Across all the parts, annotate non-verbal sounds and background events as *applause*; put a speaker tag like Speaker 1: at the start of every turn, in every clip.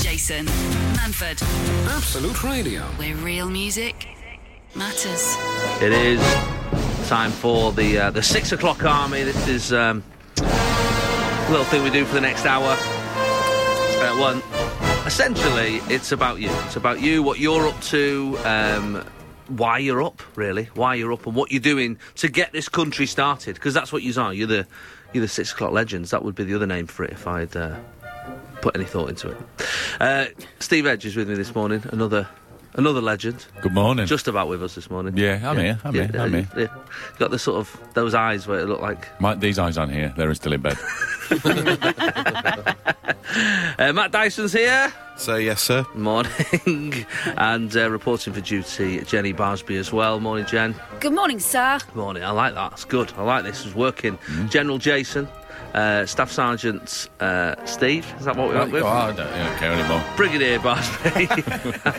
Speaker 1: Jason Manford,
Speaker 2: Absolute Radio.
Speaker 1: where real music matters.
Speaker 3: It is time for the uh, the six o'clock army. This is um, a little thing we do for the next hour. Uh, one, essentially, it's about you. It's about you, what you're up to, um, why you're up, really, why you're up, and what you're doing to get this country started. Because that's what you are. You're the you're the six o'clock legends. That would be the other name for it if I'd uh, put any thought into it. Uh, Steve Edge is with me this morning. Another another legend.
Speaker 4: Good morning.
Speaker 3: Just about with us this morning.
Speaker 4: Yeah, I'm here, I'm here, I'm here.
Speaker 3: yeah. Got the sort of those eyes where it looked like
Speaker 4: My, these eyes aren't here. They're still
Speaker 3: *laughs*
Speaker 4: in bed.
Speaker 3: uh, Matt Dyson's here.
Speaker 5: Say yes, sir.
Speaker 3: Morning, *laughs* and uh, reporting for duty Jenny Barsby as well. Morning, Jen.
Speaker 6: Good morning, sir.
Speaker 3: Morning. I like that. It's good. I like this. It's working.
Speaker 4: Mm-hmm.
Speaker 3: General Jason, uh, Staff Sergeant uh, Steve. Is that what we went with?
Speaker 4: Oh, I, don't, I don't care anymore.
Speaker 3: Brigadier Barsby,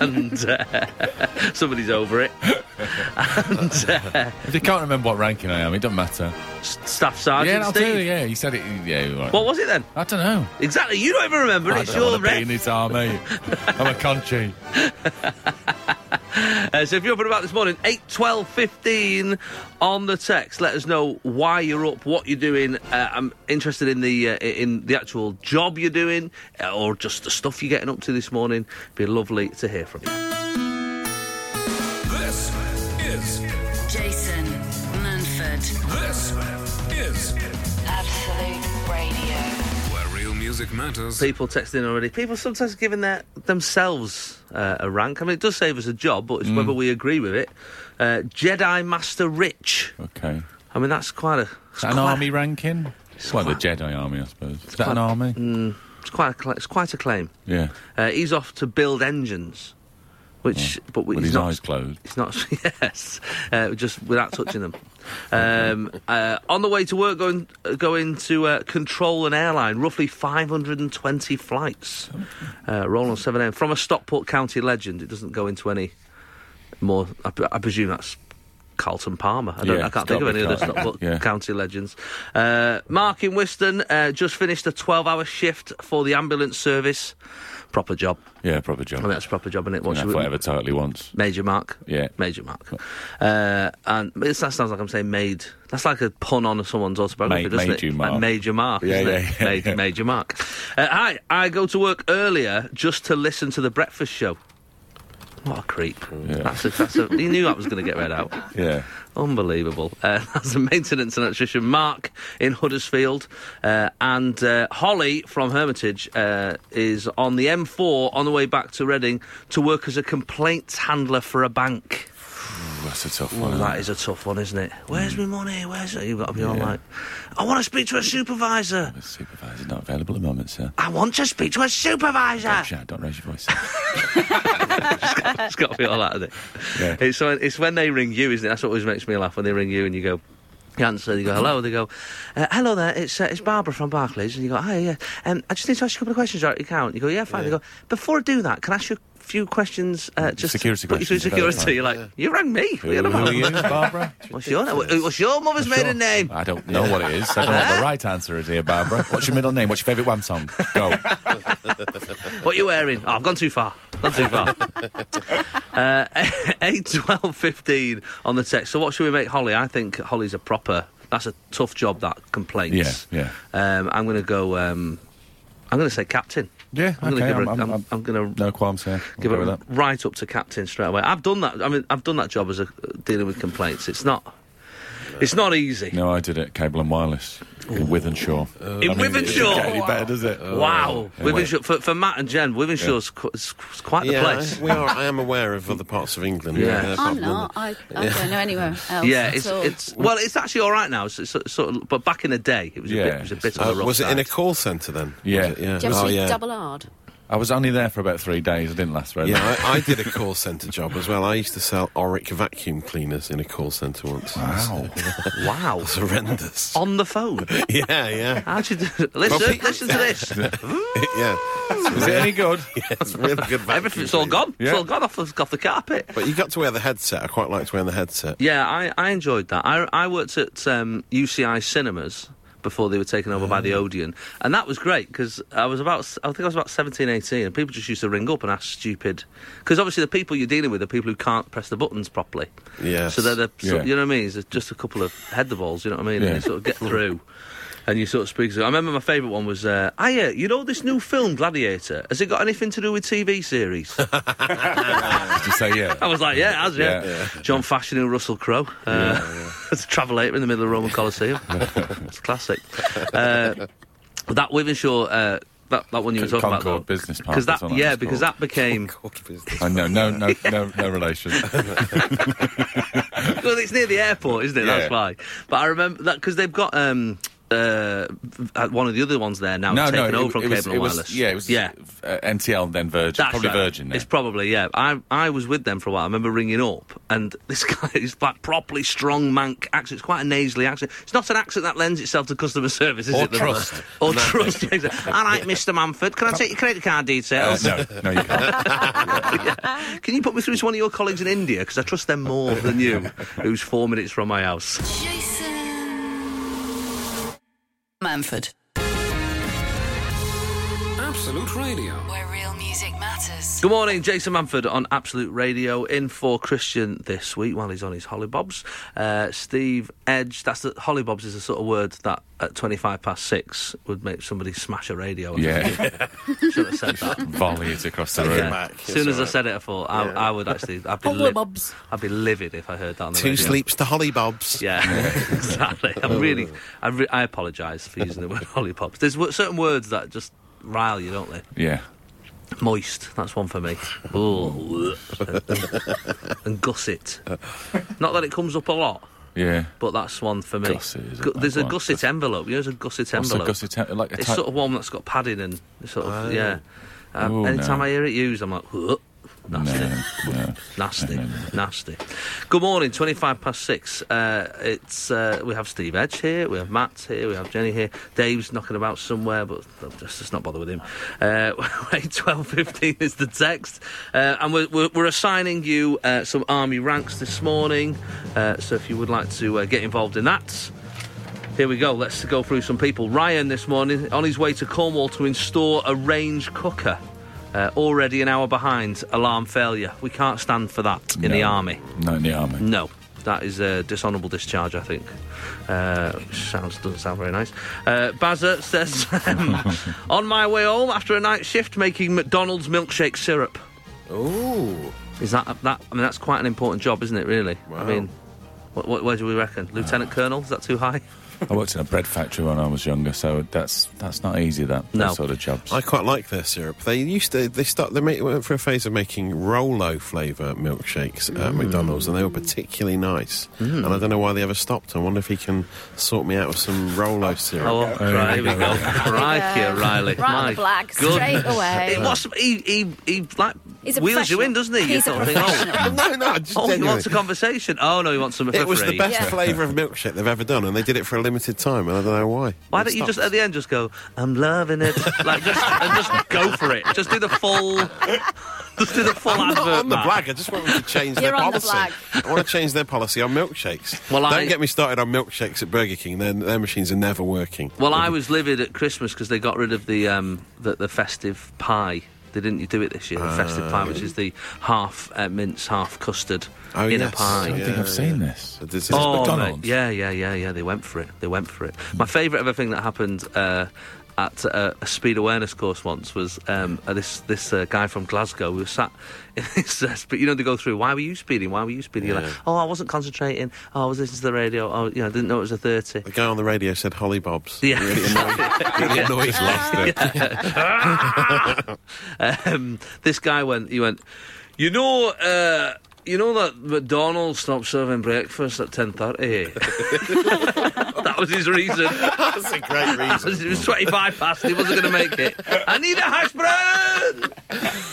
Speaker 4: *laughs*
Speaker 3: *laughs* and uh, *laughs* somebody's over it. And uh,
Speaker 4: If you can't remember what ranking I am, it doesn't matter.
Speaker 3: S- Staff Sergeant
Speaker 4: yeah, I'll
Speaker 3: Steve.
Speaker 4: tell you. Yeah, you said it. Yeah, you're right.
Speaker 3: What was it then?
Speaker 4: I don't know.
Speaker 3: Exactly. You don't even remember.
Speaker 4: I
Speaker 3: it's
Speaker 4: don't
Speaker 3: your
Speaker 4: wanna be
Speaker 3: ref.
Speaker 4: in
Speaker 3: *laughs*
Speaker 4: this army. I'm a conchi.
Speaker 3: Uh, so if you're up and about this morning, 8, 12, 15 on the text. Let us know why you're up, what you're doing. Uh, I'm interested in the uh, in the actual job you're doing uh, or just the stuff you're getting up to this morning. Be lovely to hear from you.
Speaker 2: This is
Speaker 1: Jason Manford,
Speaker 2: this is
Speaker 1: Absolute Radio.
Speaker 2: where real music matters.
Speaker 3: People texting already. People sometimes giving their themselves uh, a rank. I mean, it does save us a job, but
Speaker 4: Hmm.
Speaker 3: it's whether we agree with it. Uh, Jedi Master Rich.
Speaker 4: Okay.
Speaker 3: I mean, that's quite a it's
Speaker 4: Is that an
Speaker 3: quite a-
Speaker 4: army ranking? It's well, the Jedi army, I suppose. Is that an army?
Speaker 3: Mm. It's quite a, cla- it's quite a claim.
Speaker 4: Yeah.
Speaker 3: Uh, he's off to build engines, which but
Speaker 4: With
Speaker 3: he's
Speaker 4: Hmm. his
Speaker 3: not,
Speaker 4: eyes closed.
Speaker 3: It's not *laughs* yes, uh, just without touching them.
Speaker 4: *laughs*
Speaker 3: Um, uh, on the way to work, going uh, going to uh, control an airline, roughly 520 flights, uh, roll on 7am from a Stockport County legend. It doesn't go into any more. I, pre- I presume that's. Carlton Palmer. I, don't,
Speaker 4: Yeah,
Speaker 3: I can't
Speaker 4: it's
Speaker 3: think of
Speaker 4: gotta
Speaker 3: any
Speaker 4: be
Speaker 3: other
Speaker 4: Carlton.
Speaker 3: Stockport
Speaker 4: Yeah.
Speaker 3: County legends. Uh, Mark in Whiston uh, just finished a 12-hour shift for the ambulance service. Proper job.
Speaker 4: Yeah, proper job.
Speaker 3: I mean, that's a proper job, isn't it? What
Speaker 4: Yeah,
Speaker 3: should we-
Speaker 4: whatever title he wants.
Speaker 3: Major Mark.
Speaker 4: Yeah.
Speaker 3: Major Mark. Uh, and it's, that sounds like I'm saying made. That's like a pun on someone's autobiography,
Speaker 4: Ma-
Speaker 3: doesn't
Speaker 4: Major
Speaker 3: it?
Speaker 4: Mark.
Speaker 3: Like Major Mark.
Speaker 4: Yeah,
Speaker 3: isn't
Speaker 4: yeah,
Speaker 3: it?
Speaker 4: yeah,
Speaker 3: Maj-
Speaker 4: yeah.
Speaker 3: Major Mark. Uh, hi, I go to work earlier just to listen to the breakfast show. What a creep. That's a, that's a, he knew that was going to get read out.
Speaker 4: Yeah.
Speaker 3: Unbelievable. Uh, *laughs* that's a maintenance and electrician, Mark in Huddersfield. Uh, and uh, Holly from Hermitage uh, is on the M4 on the way back to Reading to work as a complaints handler for a bank.
Speaker 4: That's a tough
Speaker 3: Well,
Speaker 4: one.
Speaker 3: that is a tough one, isn't it? Where's my money? Where's it? You've got to be all like, I want to speak to a supervisor.
Speaker 4: The supervisor's not available at the moment, sir.
Speaker 3: I want to speak to a supervisor.
Speaker 4: Shout, don't raise your
Speaker 3: *laughs*
Speaker 4: voice.
Speaker 3: it's got to be all that, isn't it?
Speaker 4: Yeah.
Speaker 3: It's, when, it's when they ring you, isn't it? That's what always makes me laugh when they ring you and you go. You answer, you go, hello, they go, uh, hello there, it's, uh, it's Barbara from Barclays. And you go, hi, yeah, um, I just need to ask you a couple of questions about your account. You go, yeah, fine. They go, before I do that, can I ask you a few questions? Uh, just to
Speaker 4: Mm, Security
Speaker 3: put you through
Speaker 4: questions,
Speaker 3: security.
Speaker 4: verify.
Speaker 3: You're like, you rang me.
Speaker 4: who, who are you, Barbara?
Speaker 3: *laughs* What's your, name? what's your mother's
Speaker 4: Sure.
Speaker 3: maiden name?
Speaker 4: I don't know what it is. I don't know what the right answer is here, Barbara. What's your middle name? What's your favourite one song? Go.
Speaker 3: What you wearing? Oh, I've gone too far. Gone too far.
Speaker 5: *laughs*
Speaker 3: uh, *laughs* 8, 12, 15 on the text. So, what should we make Holly? I think Holly's a proper. That's a tough job, that complaints.
Speaker 4: Yeah,
Speaker 3: yeah. Um, I'm going to go. Um, I'm going to say captain.
Speaker 4: Yeah,
Speaker 3: I'm going
Speaker 4: okay,
Speaker 3: to give her.
Speaker 4: I'm-
Speaker 3: a-
Speaker 4: I'm-
Speaker 3: I'm, I'm going to
Speaker 4: No qualms here. I'll
Speaker 3: give
Speaker 4: go
Speaker 3: it
Speaker 4: with that.
Speaker 3: right up to captain straight away. I've done that. I mean, I've done that job as a dealing with complaints. It's not. It's not easy.
Speaker 4: No, I did it. Cable and wireless in Withenshaw.
Speaker 3: In
Speaker 4: I mean, it
Speaker 3: Withenshaw?
Speaker 4: doesn't get any better, does it? Oh.
Speaker 3: Wow,
Speaker 4: Anyway,
Speaker 3: Wivenshaw, for, for Matt and Jen, Wivenshaw's qu- it's quite the
Speaker 5: Yeah,
Speaker 3: place.
Speaker 5: I, we are. I am aware of other parts of England.
Speaker 3: Yeah.
Speaker 5: uh, apart
Speaker 6: I'm
Speaker 5: from
Speaker 6: not.
Speaker 5: London.
Speaker 6: I, I don't
Speaker 3: *laughs*
Speaker 6: know anywhere else.
Speaker 3: Yeah,
Speaker 6: at
Speaker 3: it's,
Speaker 6: all.
Speaker 3: it's well, it's actually all right now. It's, it's sort sort of, but back in the day, it was a
Speaker 4: Yeah,
Speaker 3: bit, it was a bit
Speaker 5: Uh,
Speaker 3: of a rough
Speaker 5: was it in a
Speaker 3: side.
Speaker 5: call centre then?
Speaker 4: Yeah.
Speaker 5: Was it?
Speaker 6: Do you have
Speaker 5: Oh,
Speaker 6: to be
Speaker 5: yeah.
Speaker 6: double R'd?
Speaker 4: I was only there for about three days. I didn't last very long.
Speaker 5: Yeah, I, I did a call centre job as well. I used to sell Auric vacuum cleaners in a call centre once.
Speaker 4: Wow.
Speaker 5: *laughs*
Speaker 3: Wow,
Speaker 5: It's horrendous.
Speaker 3: *laughs* on the phone.
Speaker 5: *laughs* yeah, yeah. *laughs*
Speaker 3: How'd you do? *laughs* Listen,
Speaker 5: Robbie.
Speaker 3: listen
Speaker 5: *laughs*
Speaker 3: to this.
Speaker 5: yeah.
Speaker 4: *laughs* Is it any *laughs* good?
Speaker 5: It's really *laughs* good vacuum
Speaker 3: Everything's all
Speaker 5: cleaner.
Speaker 3: gone.
Speaker 4: Yeah.
Speaker 3: It's all gone off the, off the carpet.
Speaker 5: But you got to wear the headset. I quite liked wearing the headset.
Speaker 3: Yeah, I, I enjoyed that. I, I worked at um, UCI Cinemas, before they were taken over by the
Speaker 4: Ah.
Speaker 3: Odeon. And that was great because I was about, s- I think I was about 17, 18, and people just used to ring up and ask stupid. Because obviously the people you're dealing with are people who can't press the buttons properly.
Speaker 5: Yes.
Speaker 3: So they're the, so-
Speaker 4: Yeah.
Speaker 3: you know what I mean? It's just a couple of head the balls, you know what I mean? And
Speaker 4: Yeah.
Speaker 3: they sort of get through. And you sort of speak to. I remember my favourite one was, uh, "Hiya, you know this new film Gladiator? Has it got anything to do with TV series?"
Speaker 4: Did you say
Speaker 3: I
Speaker 4: yeah?
Speaker 3: was like, yeah, it has, yeah.
Speaker 4: Yeah,
Speaker 3: John Fashion and Russell Crowe. Uh, *laughs* it's a travelator in the middle of the Roman
Speaker 4: *laughs*
Speaker 3: Colosseum. it's classic. Uh, that Wivenshaw, uh, that, that one you were talking
Speaker 4: Concord
Speaker 3: about. though,
Speaker 4: Business Park,
Speaker 3: Because that,
Speaker 4: that's what that
Speaker 3: yeah,
Speaker 4: was
Speaker 3: because
Speaker 4: called.
Speaker 3: that
Speaker 4: *laughs*
Speaker 3: became.
Speaker 4: Oh, no, no, no, no, no *laughs* relation.
Speaker 3: well, it's near the airport, isn't it?
Speaker 4: Yeah.
Speaker 3: That's why. But I remember that because they've got. Um, uh, v- uh, one of the other ones there now
Speaker 4: No,
Speaker 3: taken
Speaker 4: no,
Speaker 3: over from
Speaker 4: it,
Speaker 3: Cable
Speaker 4: was,
Speaker 3: and
Speaker 4: it
Speaker 3: Wireless.
Speaker 4: was, yeah, it was
Speaker 3: yeah.
Speaker 4: uh, NTL then Virgin,
Speaker 3: That's
Speaker 4: probably
Speaker 3: right.
Speaker 4: Virgin. Then.
Speaker 3: It's probably yeah. I I was with them for a while. I remember ringing up, and *laughs* this guy is like properly strong mank accent. It's quite a nasally accent. It's not an accent that lends itself to customer service, is
Speaker 4: Or
Speaker 3: it? the-
Speaker 4: trust.
Speaker 3: or trust.
Speaker 4: *laughs*
Speaker 3: exactly. All right, Mister Manford, can I take your credit card
Speaker 4: Uh,
Speaker 3: details?
Speaker 4: no, no, you can't.
Speaker 3: Yeah. Can you put me through to one of your colleagues in India because I trust them more than
Speaker 4: *laughs*
Speaker 3: you, who's four minutes from my house.
Speaker 1: Jason Manford,
Speaker 2: Absolute Radio.
Speaker 1: where real music matters.
Speaker 3: Good morning, Jason Manford on Absolute Radio. In for Christian this week while he's on his hollybobs. Uh, Steve Edge, that's the hollybobs is the sort of word that at 25 past six would make somebody smash a radio. I
Speaker 4: *laughs* Yeah,
Speaker 3: should have said
Speaker 5: *laughs*
Speaker 3: that.
Speaker 4: volley it across the room.
Speaker 5: back,
Speaker 3: As
Speaker 5: it's
Speaker 3: soon as I
Speaker 5: alright.
Speaker 3: said it, I thought I, I would actually. I'd
Speaker 6: *laughs*
Speaker 3: be, li- I'd be livid if I heard that on the
Speaker 5: Two
Speaker 3: radio.
Speaker 5: sleeps to hollybobs.
Speaker 3: Yeah, *laughs* exactly.
Speaker 5: Oh.
Speaker 3: I'm really. I, re- I apologise for using the word *laughs* hollypops. There's w- certain words that just rile you, don't they?
Speaker 4: Yeah.
Speaker 3: Moist, that's one for me. Ooh. and gusset. Not that it comes up a lot,
Speaker 4: Yeah.
Speaker 3: but that's one for me.
Speaker 4: Gusset is a
Speaker 3: Gu-
Speaker 4: bad
Speaker 3: there's a
Speaker 4: one.
Speaker 3: gusset envelope. You know, there's a gusset
Speaker 4: What's a
Speaker 3: envelope.
Speaker 4: gusset te- like a
Speaker 3: it's
Speaker 4: type-
Speaker 3: sort of one that's got padding and it's sort of,
Speaker 5: Oh.
Speaker 3: yeah. Um,
Speaker 4: Ooh,
Speaker 3: anytime
Speaker 4: no.
Speaker 3: I hear it used, I'm like, "Ugh, nasty.
Speaker 4: No, no.
Speaker 3: Nasty, nasty. Good morning, 25 past six. Uh, it's uh, We have Steve Edge here, we have Matt here, we have Jenny here. Dave's knocking about somewhere, but I'm just, just not bother with him. Uh, *laughs* 12.15 is the text. Uh, and we're, we're, we're assigning you uh, some army ranks this morning. Uh, so if you would like to uh, get involved in that, here we go. Let's go through some people. Ryan this morning on his way to Cornwall to install a range cooker. Uh, already an hour behind. Alarm failure. We can't stand for that in the
Speaker 4: No.
Speaker 3: army.
Speaker 4: Not in the army.
Speaker 3: No, that is a dishonourable discharge. I think. Uh, which sounds doesn't sound very nice. Uh, Bazza says, *laughs* um,
Speaker 5: *laughs*
Speaker 3: on my way home after a night shift making McDonald's milkshake syrup.
Speaker 5: Ooh.
Speaker 3: Is that that? I mean, that's quite an important job, isn't it? Really. I
Speaker 5: Wow.
Speaker 3: mean, what, what, where do we reckon? Lieutenant Colonel? Is that too high?
Speaker 4: I worked in a bread factory when I was younger, so that's that's not easy. That,
Speaker 3: No.
Speaker 4: that sort of jobs.
Speaker 5: I quite like their syrup. They used to. They start. They make, went for a phase of making Rolo flavour milkshakes at
Speaker 3: Mm.
Speaker 5: McDonald's, and they were particularly nice. And I don't know why they ever stopped. I wonder if he can sort me out with some Rolo syrup.
Speaker 3: Oh, right, here we go. Crikey,
Speaker 6: Yeah.
Speaker 3: O'Reilly.
Speaker 6: Right on
Speaker 3: My
Speaker 6: the black,
Speaker 3: goodness.
Speaker 6: straight away.
Speaker 3: It was, he, he, he like,
Speaker 6: He's a
Speaker 3: wheels you in,
Speaker 6: professional.
Speaker 3: doesn't he? You *laughs*
Speaker 6: He's a
Speaker 3: sort of think, oh,
Speaker 6: professional.
Speaker 5: No, no, I just
Speaker 3: Oh, he
Speaker 5: genuinely-
Speaker 3: wants a conversation. Oh, no, he wants some for
Speaker 5: It was
Speaker 3: free.
Speaker 5: the best
Speaker 6: Yeah.
Speaker 5: flavour of milkshake they've ever done, and they did it for a limited time, and I don't know why.
Speaker 3: Why
Speaker 5: It
Speaker 3: don't you just, at
Speaker 5: stopped.
Speaker 3: the end, just go, I'm loving it. Like, just, and just go for it. Just do the full, just do the full
Speaker 5: I'm
Speaker 3: advert.
Speaker 5: not on the
Speaker 3: Matt.
Speaker 5: black. I just want them to
Speaker 3: *laughs*
Speaker 5: change
Speaker 6: You're
Speaker 5: their
Speaker 6: on the
Speaker 5: policy. I want to change their policy on milkshakes.
Speaker 3: Well,
Speaker 5: Don't
Speaker 3: I-
Speaker 5: get me started on milkshakes at Burger King. Their, their machines are never working.
Speaker 3: Well, I was livid at Christmas because they got rid of the, um, the the festive pie. They didn't do it this year. The festive pie, which is the half uh, mince, half custard
Speaker 5: Uh. Oh,
Speaker 3: in
Speaker 5: yes.
Speaker 3: a pie.
Speaker 4: I don't think
Speaker 5: Yeah,
Speaker 4: I've seen this.
Speaker 5: But this is-
Speaker 3: Oh,
Speaker 4: McDonald's?
Speaker 3: mate. Yeah, yeah, yeah, yeah. They went for it. They went for it. My favourite ever thing that happened uh, at uh, a speed awareness course once was um, uh, this this uh, guy from Glasgow. We were sat *laughs* in this, uh, spe- you know, they go through. Why were you speeding? Why were you speeding? You're like, oh, I wasn't concentrating. Oh, I was listening to the radio. Oh, you know, I didn't know it was a thirty.
Speaker 5: The guy on the radio said Holly Bob's. *laughs*
Speaker 3: *laughs* Yeah.
Speaker 5: Really annoyed, really annoyed laughter.
Speaker 3: *laughs* um, this guy went. He went. You know. Uh, you know that McDonald's stopped serving breakfast at ten thirty. *laughs* that was his reason.
Speaker 5: That's a great reason.
Speaker 3: *laughs* It was twenty-five past. He wasn't going to make it. I need a hash brown.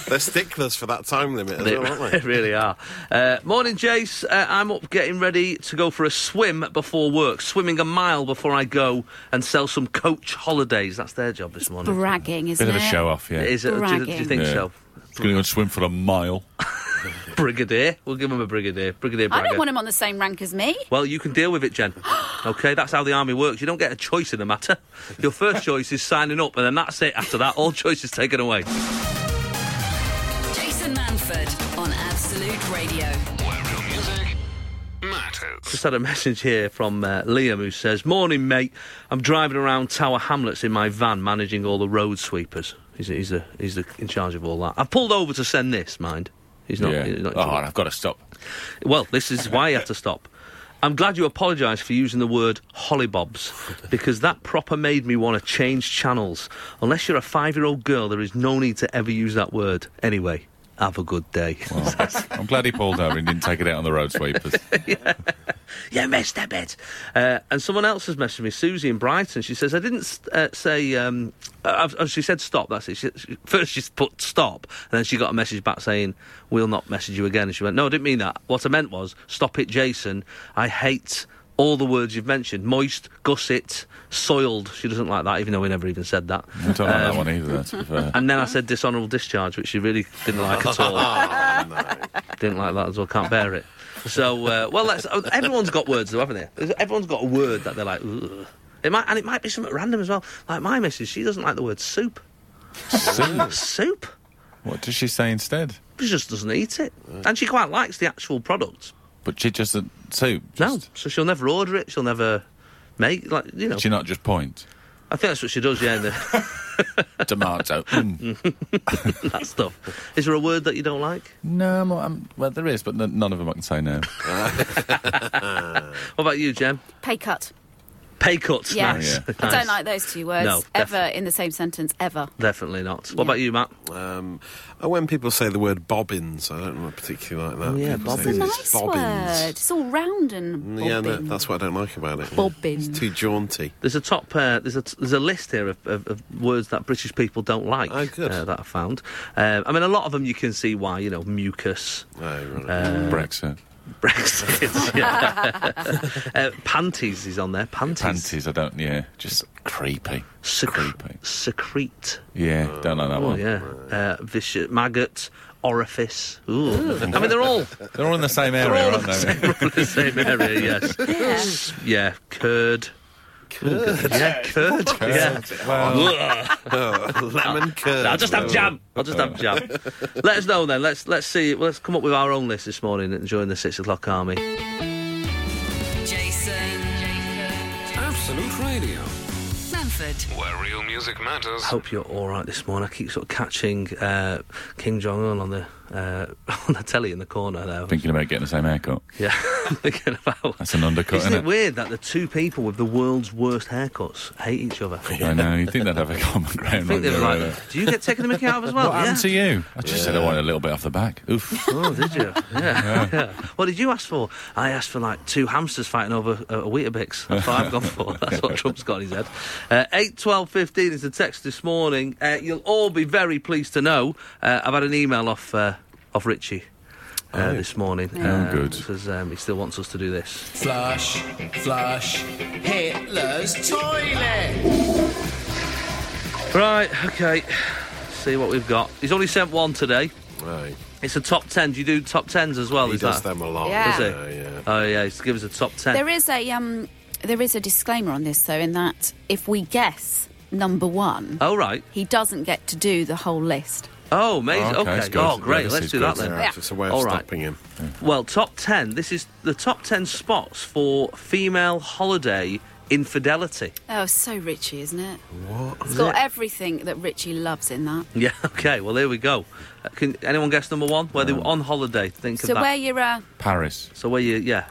Speaker 5: They're sticklers for that time limit as
Speaker 3: *laughs* They,
Speaker 5: well, aren't they?
Speaker 3: really are. Uh, morning, Jace. Uh, I'm up getting ready to go for a swim before work. Swimming a mile before I go and sell some coach holidays. That's their job this morning.
Speaker 6: Bragging, isn't
Speaker 4: Bit of
Speaker 6: it?
Speaker 4: a show off, yeah.
Speaker 3: Is it? Do you, do you
Speaker 6: bragging.
Speaker 3: think
Speaker 4: Yeah.
Speaker 3: so?
Speaker 4: Going to go and swim for a mile.
Speaker 3: brigadier. We'll give him a brigadier. Brigadier
Speaker 6: I
Speaker 3: Bragger.
Speaker 6: don't want him on the same rank as me.
Speaker 3: Well, you can deal with it, Jen. *gasps* Okay, that's how the army works. You don't get a choice in the matter. Your first choice is signing up, and then that's it. After that, all choice is taken away.
Speaker 1: Jason Manford on Absolute Radio.
Speaker 2: Where real music matters.
Speaker 3: Just had a *laughs* message here from uh, Liam who says, "Morning, mate. I'm driving around Tower Hamlets in my van, managing all the road sweepers. He's he's the, he's the, in charge of all that. I've pulled over to send this. Mind, he's not.
Speaker 4: yeah.
Speaker 3: he's not in
Speaker 4: oh,
Speaker 3: charge.
Speaker 4: I've got to stop.
Speaker 3: Well, this is why you had to stop. I'm glad you apologised for using the word
Speaker 4: *laughs*
Speaker 3: hollybobs because that proper made me want to change channels. Unless you're a five year old girl, there is no need to ever use that word. Anyway, have a good day.
Speaker 4: I'm glad he pulled over and didn't take it out on the road sweepers.
Speaker 3: you missed a bit. Uh, and someone else has messaged me, Susie in Brighton. She says, I didn't uh, say, um, uh, uh, she said stop, that's it. She, she- first she put stop, and then she got a message back saying, We'll not message you again. And she went, No, I didn't mean that. What I meant was, Stop it, Jason. I hate all the words you've mentioned moist, gusset, soiled. She doesn't like that, even though we never even said that.
Speaker 4: I don't like that one either, to be fair.
Speaker 3: And then I said dishonourable discharge, which she really didn't like at all.
Speaker 5: Ah,
Speaker 3: didn't like that as well. Can't bear it. So, uh, well, that's, oh, everyone's got words though, haven't they? There's- Everyone's got a word that they're like, Ugh. it might, and it might be something random as well. Like my missus, she doesn't like the word soup. Soup. soup.
Speaker 4: What does she say instead?
Speaker 3: She just doesn't eat it, and she quite likes the actual product.
Speaker 4: But she just uh, soup.
Speaker 3: No,
Speaker 4: Just,
Speaker 3: so she'll never order it. She'll never make like you know.
Speaker 4: She not just point.
Speaker 3: I think that's what she does. Yeah, in the,
Speaker 4: Tomato. Mm.
Speaker 3: *laughs* that stuff. Is there a word that you don't like?
Speaker 4: no, I'm, I'm, well, there is, but n- none of them I can say now.
Speaker 3: What about you, Jem?
Speaker 6: Pay cut.
Speaker 3: Pay cuts.
Speaker 6: Yeah.
Speaker 3: Nice.
Speaker 4: Oh, Yeah.
Speaker 6: I
Speaker 3: Nice.
Speaker 6: don't like those two words
Speaker 3: No,
Speaker 6: ever
Speaker 3: definitely.
Speaker 6: in the same sentence, ever.
Speaker 3: Definitely not. What about you, Matt?
Speaker 5: Um, oh, when people say the word bobbins, I don't particularly like that.
Speaker 3: Oh, yeah,
Speaker 5: People say
Speaker 3: bobbins.
Speaker 5: it's Mm,
Speaker 6: Nice word. It's all round and bobbing.
Speaker 5: Yeah, no, that's what I don't like about it. yeah.
Speaker 6: Bobbin.
Speaker 5: It's too jaunty.
Speaker 3: There's a top. Uh, there's a t- there's a list here of, of, of words that British people don't like.
Speaker 5: Oh, good.
Speaker 3: Uh, that I found. Um, I mean, a lot of them you can see why. You know, mucus,
Speaker 5: Oh,
Speaker 3: *laughs*
Speaker 5: right.
Speaker 3: Uh,
Speaker 4: Brexit.
Speaker 3: Brexit, *laughs* yeah. uh, panties is on there. Panties.
Speaker 4: Panties, I don't, yeah. Just creepy.
Speaker 3: Secre-
Speaker 4: Creepy.
Speaker 3: secrete.
Speaker 4: Yeah, don't like that
Speaker 3: Oh
Speaker 4: one.
Speaker 3: yeah. Uh, vicious maggot. Orifice. Ooh. I mean, they're all
Speaker 4: They're all in the same
Speaker 3: they're
Speaker 4: area,
Speaker 3: all
Speaker 4: aren't
Speaker 3: of the
Speaker 4: they?
Speaker 3: same, *laughs* all of the same area. Yes. S- yeah. Curd. Curd. Yeah. Curd. Yeah.
Speaker 4: Well,
Speaker 3: Ugh.
Speaker 5: Oh, lemon curd.
Speaker 3: I'll just have jam. I'll just have jam. Let us know then. Let's let's see. Let's come up with our own list this morning and join the six o'clock army.
Speaker 1: Jason. Jason.
Speaker 2: Absolute Radio.
Speaker 1: Manford.
Speaker 2: Where real music matters.
Speaker 3: Hope you're all right this morning. I keep sort of catching uh, King Jong Un on the uh, *laughs* on the telly in the corner there.
Speaker 4: thinking about getting the same haircut.
Speaker 3: Yeah, *laughs* thinking about.
Speaker 4: That's an undercut,
Speaker 3: Isn't it
Speaker 4: isn't it?
Speaker 3: weird that the two people with the world's worst haircuts hate each other? I
Speaker 4: I know, you'd think they'd have a
Speaker 3: *laughs*
Speaker 4: common ground.
Speaker 3: think
Speaker 4: wouldn't
Speaker 3: they were
Speaker 4: you, really?
Speaker 3: like, "Do you get taken the Mickey out of as well?"
Speaker 4: What happened to
Speaker 3: yeah.
Speaker 4: you? I just said I wanted a little bit off the back. Oof.
Speaker 3: Oh, did
Speaker 4: *laughs*
Speaker 3: you? Yeah. yeah. What did you ask for? I asked for like two hamsters fighting over uh, a Weetabix. That's what I've gone for. That's what Trump's got in his head. Uh, 8, 12, 15 is the text this morning. Uh, you'll all be very pleased to know uh, I've had an email off, uh, off Richie. Uh, This morning,
Speaker 4: Oh, good.
Speaker 3: because um, he still wants us to do this.
Speaker 7: Flush, flush, Hitler's toilet.
Speaker 3: Right, okay. See what we've got. He's only sent one today.
Speaker 5: Right.
Speaker 3: It's a top ten. Do you do top tens as well?
Speaker 5: He
Speaker 3: is
Speaker 5: does
Speaker 3: that?
Speaker 5: them a lot.
Speaker 6: Yeah.
Speaker 3: Does
Speaker 5: Yeah,
Speaker 3: he?
Speaker 5: yeah.
Speaker 3: Oh yeah, he's give us a top ten.
Speaker 6: There is a um, there is a disclaimer on this though, in that if we guess number one,
Speaker 3: oh right.
Speaker 6: he doesn't get to do the whole list.
Speaker 3: Oh, amazing.
Speaker 4: Okay,
Speaker 3: Okay.
Speaker 4: that's good.
Speaker 3: Oh,
Speaker 4: Yeah,
Speaker 3: great.
Speaker 4: this
Speaker 3: Let's
Speaker 4: is
Speaker 3: do
Speaker 4: good.
Speaker 3: that then.
Speaker 5: Yeah,
Speaker 6: Yeah.
Speaker 5: It's just a way of
Speaker 3: All right.
Speaker 5: stopping him.
Speaker 3: Well, top 10. This is the top 10 spots for female holiday infidelity. *laughs*
Speaker 6: Oh, so Richie, isn't it? What? It's got everything that Richie loves in that.
Speaker 3: Yeah, okay. Well, here we go. Uh, can anyone guess number one? Where they
Speaker 4: Um,
Speaker 3: were on holiday. Think
Speaker 6: So
Speaker 3: of that.
Speaker 6: where you're, uh,
Speaker 4: Paris.
Speaker 3: So, where you, yeah,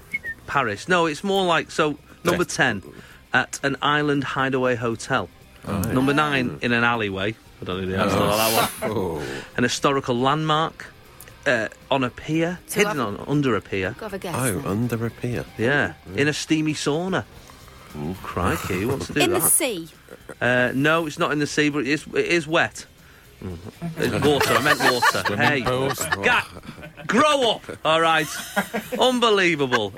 Speaker 3: Paris. No, it's more like, so, number 10, at an island hideaway hotel. Number nine, in an alleyway. I don't know the answer to that one. *laughs* An historical landmark. Uh, on a pier,
Speaker 6: So
Speaker 3: hidden
Speaker 6: I've-
Speaker 3: on under a pier.
Speaker 6: got a guess.
Speaker 5: Oh,
Speaker 6: now.
Speaker 5: under a pier.
Speaker 3: Yeah, in a steamy sauna. Ooh, *laughs* crikey! Who wants to do
Speaker 6: in
Speaker 3: that?
Speaker 6: the sea.
Speaker 3: Uh, no, it's not in the sea, but it is, it is wet. It's water. I meant water. hey,
Speaker 4: pools.
Speaker 3: Ga- grow up! All right, unbelievable.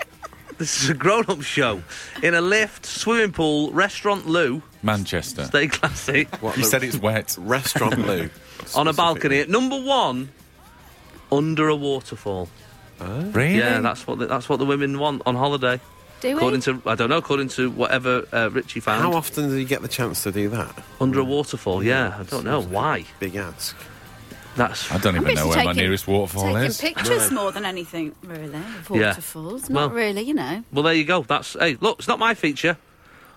Speaker 3: This is a grown-up show. In a lift, swimming pool, restaurant, loo.
Speaker 4: Manchester.
Speaker 5: *laughs*
Speaker 3: Stay classy.
Speaker 5: What,
Speaker 4: You
Speaker 5: the
Speaker 4: said it's wet.
Speaker 3: *laughs*
Speaker 5: restaurant loo.
Speaker 3: on a balcony. At number one, under a waterfall.
Speaker 4: Really?
Speaker 3: Yeah, that's what the, that's what the women want on holiday.
Speaker 6: Do we?
Speaker 3: According to I don't know, according to whatever uh, Richie found,
Speaker 5: How often do you get the chance to do that?
Speaker 3: under a waterfall. Yeah, I don't know why.
Speaker 5: Big ask.
Speaker 3: That's
Speaker 4: I don't
Speaker 6: I'm
Speaker 4: even
Speaker 6: busy
Speaker 4: know where my
Speaker 6: taking-
Speaker 4: nearest waterfall
Speaker 6: taking
Speaker 4: is.
Speaker 6: pictures more than anything, really. Of
Speaker 3: Yeah.
Speaker 6: waterfalls, not
Speaker 3: Well-
Speaker 6: really, you know.
Speaker 3: well. There you go. That's hey, look, it's not my feature.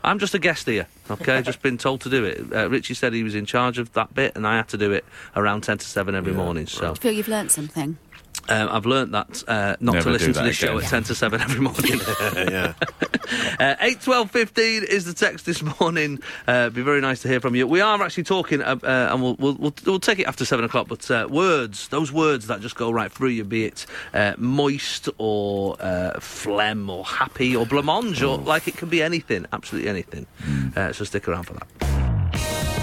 Speaker 3: I'm just a guest here.
Speaker 4: *laughs*
Speaker 3: Okay, just been told to do it. Uh, Richie said he was in charge of that bit, and I had to do it around ten to seven every morning. So
Speaker 6: feel you've learnt something.
Speaker 3: um, I've learnt that uh, not
Speaker 4: Never
Speaker 3: to
Speaker 4: do
Speaker 3: listen to
Speaker 4: that
Speaker 3: this show
Speaker 4: again.
Speaker 3: at ten to seven every morning. *laughs*
Speaker 5: Yeah.
Speaker 3: Uh, 8 12 15 is the text this *laughs* morning. Uh, be very nice to hear from you. We are actually talking, uh, uh, and we'll, we'll, we'll, we'll take it after 7 o'clock, but uh, words, those words that just go right through you, be it uh, moist or uh, phlegm or happy or blancmange, or like it can be anything, absolutely anything. Uh, so stick around for that.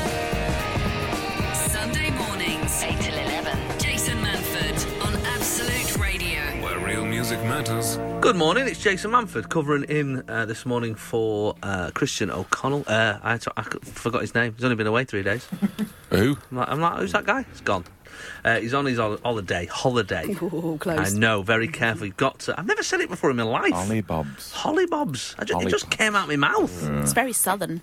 Speaker 1: Sunday mornings, 8 till 11. Jason Manford on Absolute Radio.
Speaker 2: Where real music matters.
Speaker 3: Good morning, it's Jason Manford covering in uh, this morning for uh, Christian O'Connell. Uh, I, had to- I c- forgot his name, he's only been away three days.
Speaker 6: *laughs*
Speaker 4: Who?
Speaker 3: I'm like, I'm like, who's that guy? It's gone. Uh, he's on his hol- holiday. Holiday.
Speaker 6: Oh,
Speaker 3: I
Speaker 6: close.
Speaker 3: know, very careful. You've got to. I've never said it before in my life.
Speaker 4: Ollie Bob's.
Speaker 3: Holly bobs. I ju-
Speaker 4: Holly
Speaker 3: it just
Speaker 4: bobs.
Speaker 3: came out of my mouth.
Speaker 6: It's very southern.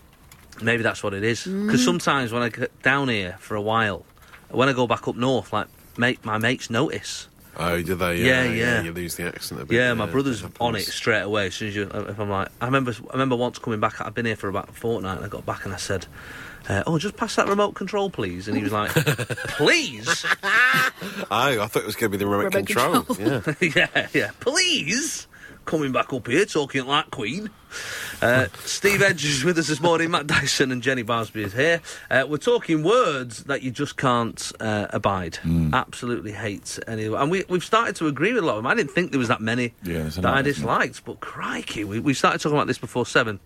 Speaker 3: Maybe that's what it is. Because sometimes when I get down here for a while, when I go back up north, like mate, my mates notice.
Speaker 5: Oh, do they?
Speaker 3: Yeah, yeah.
Speaker 5: You lose the accent a bit.
Speaker 3: Yeah, my brother's
Speaker 5: happens.
Speaker 3: on it straight away. As soon as you, if I'm like, I remember, I remember once coming back. I'd been here for about a fortnight, and I got back and I said, uh, "Oh, just pass that remote control, please." And he was like, "Please."
Speaker 5: Oh, I thought it was going to be the remote
Speaker 6: Remote
Speaker 5: control.
Speaker 3: *laughs*
Speaker 5: yeah.
Speaker 3: yeah, yeah. Please, coming back up here talking like Queen. Uh, Steve Edge is with us this morning. Matt Dyson and Jenny Barsby is here. Uh, we're talking words that you just can't uh, abide.
Speaker 4: Mm.
Speaker 3: Absolutely hate any. And we, we've started to agree with a lot of them. I didn't think there was that many
Speaker 4: Yeah, there's a
Speaker 3: that
Speaker 4: lot,
Speaker 3: I
Speaker 4: isn't it?
Speaker 3: disliked, but crikey, we, we started talking about this before seven.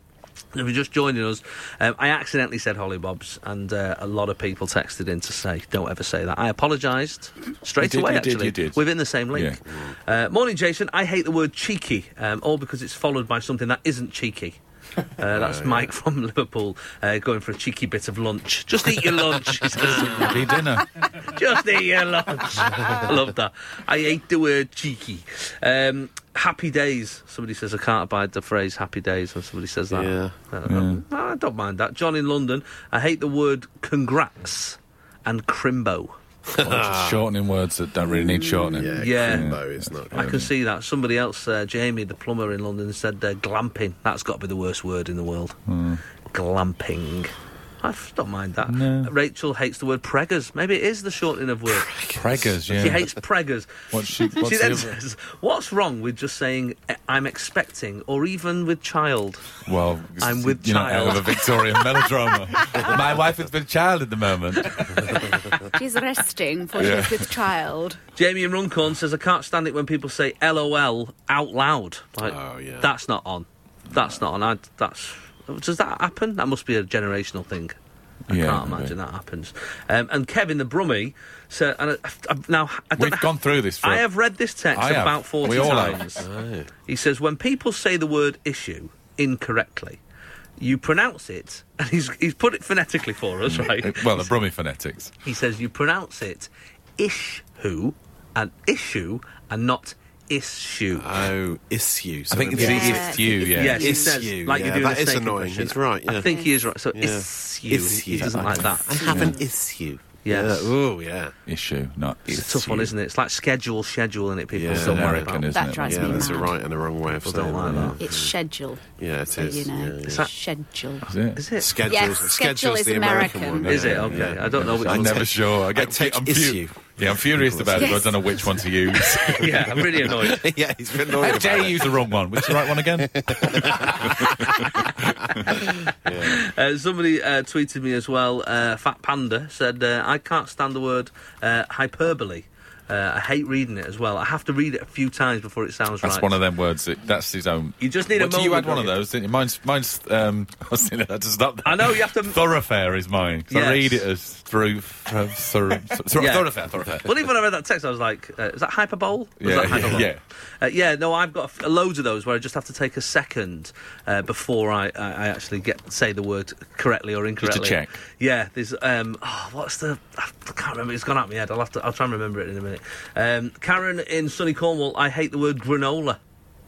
Speaker 3: If you're just joining us, um, I accidentally said Holly Bob's, and uh, a lot of people texted in to say, "Don't ever say that." I apologised straight
Speaker 4: You did,
Speaker 3: away.
Speaker 4: you did,
Speaker 3: actually,
Speaker 4: you did.
Speaker 3: within the same link. Uh, morning, Jason. I hate the word cheeky, um, all because it's followed by something that isn't cheeky. Uh, that's Mike from Liverpool uh, going for a cheeky bit of lunch. Just eat your lunch. he says.
Speaker 4: Bloody dinner.
Speaker 3: *laughs* Just eat your lunch. I love that. I hate the word cheeky. Um, happy days. Somebody says I can't abide the phrase happy days when somebody says that.
Speaker 5: Yeah.
Speaker 3: Uh, no, I don't mind that. John in London. I hate the word congrats and crimbo.
Speaker 4: Well, just shortening words that don't really need shortening.
Speaker 5: Yeah.
Speaker 3: Yeah.
Speaker 5: Crimbo is not
Speaker 3: I
Speaker 5: good.
Speaker 4: Um,
Speaker 3: can see that. Somebody else, uh, Jamie, the plumber in London, said uh, glamping. That's got to be the worst word in the world.
Speaker 4: Hmm.
Speaker 3: Glamping. I f- don't mind that.
Speaker 4: No.
Speaker 3: Rachel hates the word preggers. Maybe it is the shortening of word.
Speaker 4: Preggers, yeah.
Speaker 3: She hates preggers.
Speaker 4: What's she- *laughs*
Speaker 3: *laughs*
Speaker 4: what's
Speaker 3: she
Speaker 4: the
Speaker 3: then
Speaker 4: other-
Speaker 3: says, "What's wrong with just saying eh, I'm expecting, or even with child?"
Speaker 4: Well,
Speaker 3: I'm with
Speaker 4: you know,
Speaker 3: child.
Speaker 4: Out of a *laughs* Victorian melodrama. My wife has been child at the moment.
Speaker 6: She's resting for
Speaker 4: Yeah.
Speaker 6: she's with child.
Speaker 3: Jamie in Runcorn says, "I can't stand it when people say LOL out loud. Like,
Speaker 5: Oh, yeah.
Speaker 3: that's not on. That's not on. I, that's does that happen? That must be a generational thing." I
Speaker 4: Yeah,
Speaker 3: can't
Speaker 4: maybe.
Speaker 3: imagine that happens. Um, and Kevin the Brummie said, and I, I've, now I don't
Speaker 4: We've gone through this for
Speaker 3: I have read this text
Speaker 4: I have.
Speaker 3: about 40
Speaker 4: We all have.
Speaker 3: times. He says, when people say the word issue incorrectly, you pronounce it, *laughs* and he's, he's put it phonetically for us, right?
Speaker 4: well, the Brummie phonetics.
Speaker 3: He says you pronounce it ish-hoo and issue and not issue.
Speaker 5: Oh, issues.
Speaker 4: I think it's
Speaker 6: Yeah.
Speaker 4: the it's you, yeah.
Speaker 3: yes, he
Speaker 5: Issue,
Speaker 3: says, like
Speaker 5: yeah,
Speaker 3: you do in
Speaker 5: that
Speaker 3: a
Speaker 5: is
Speaker 3: snake
Speaker 5: annoying.
Speaker 3: impression.
Speaker 5: He's right,
Speaker 3: I
Speaker 5: yeah.
Speaker 3: think he is right. So
Speaker 5: Yeah.
Speaker 3: issue, he
Speaker 5: Issue.
Speaker 3: doesn't like
Speaker 5: I
Speaker 3: that.
Speaker 5: have an issue.
Speaker 3: Yes.
Speaker 5: Yeah. Oh, yeah.
Speaker 4: Issue, not
Speaker 3: It's a tough one, isn't it? It's like schedule, schedule, and it people
Speaker 5: Yeah,
Speaker 3: still worry
Speaker 4: American,
Speaker 3: about.
Speaker 4: isn't
Speaker 6: That
Speaker 4: it?
Speaker 6: drives
Speaker 5: Yeah,
Speaker 6: me
Speaker 5: there's a
Speaker 6: mad.
Speaker 5: right and a wrong way of
Speaker 3: People don't
Speaker 5: saying
Speaker 3: like
Speaker 5: that.
Speaker 3: that.
Speaker 6: It's schedule.
Speaker 5: Yeah, it
Speaker 6: So
Speaker 5: is.
Speaker 6: you know,
Speaker 5: Yeah, yeah.
Speaker 3: that-
Speaker 6: schedule.
Speaker 4: Is it?
Speaker 3: Is it?
Speaker 5: Schedules,
Speaker 6: Yes,
Speaker 5: schedules
Speaker 6: schedule is
Speaker 5: the American,
Speaker 6: American.
Speaker 5: one.
Speaker 3: Is it?
Speaker 5: Yeah,
Speaker 3: Okay.
Speaker 5: yeah.
Speaker 3: I don't know which
Speaker 4: I'm
Speaker 3: one.
Speaker 4: never sure. I get
Speaker 5: take
Speaker 4: I'm
Speaker 5: issue.
Speaker 4: Yeah, I'm furious about it. but I
Speaker 6: Yes.
Speaker 4: don't know which one to use.
Speaker 3: *laughs* yeah, I'm
Speaker 5: *laughs*
Speaker 3: really annoyed.
Speaker 5: *laughs* yeah, he's been annoyed
Speaker 4: *laughs* How
Speaker 5: about
Speaker 4: dare
Speaker 5: it.
Speaker 4: you use the wrong one? Which the right one again?
Speaker 3: Uh, somebody uh, tweeted me as well. Uh, Fat Panda said, uh, "I can't stand the word uh, hyperbole. Uh, I hate reading it as well. I have to read it a few times before it sounds
Speaker 4: That's
Speaker 3: right."
Speaker 4: one of them words. That, that's his own.
Speaker 3: You just need a
Speaker 4: What, do You had
Speaker 3: moment,
Speaker 4: one of
Speaker 3: don't you?
Speaker 4: those, didn't you? Mine's. mine's um, *laughs* I was thinking that to stop.
Speaker 3: I know, you have to-
Speaker 4: Thoroughfare is mine. 'cause
Speaker 3: Yes.
Speaker 4: I read it as through. through, through,
Speaker 3: *laughs*
Speaker 4: through
Speaker 3: Yeah.
Speaker 4: Thoroughfare, thoroughfare.
Speaker 3: Well, even when I read that text, I was like, uh, "Is that hyperbole? Was
Speaker 4: Yeah,
Speaker 3: that hyperbole?
Speaker 4: yeah.
Speaker 3: Uh, yeah. No, I've got a f- loads of those where I just have to take a second uh, before I, I, I actually get say the word correctly or incorrectly.
Speaker 4: check.
Speaker 3: Yeah. There's um. Oh, what's the? I can't remember. It's gone out of my head. I'll have to. I'll try and remember it in a minute. it. Um, Karen in sunny Cornwall, I hate the word granola.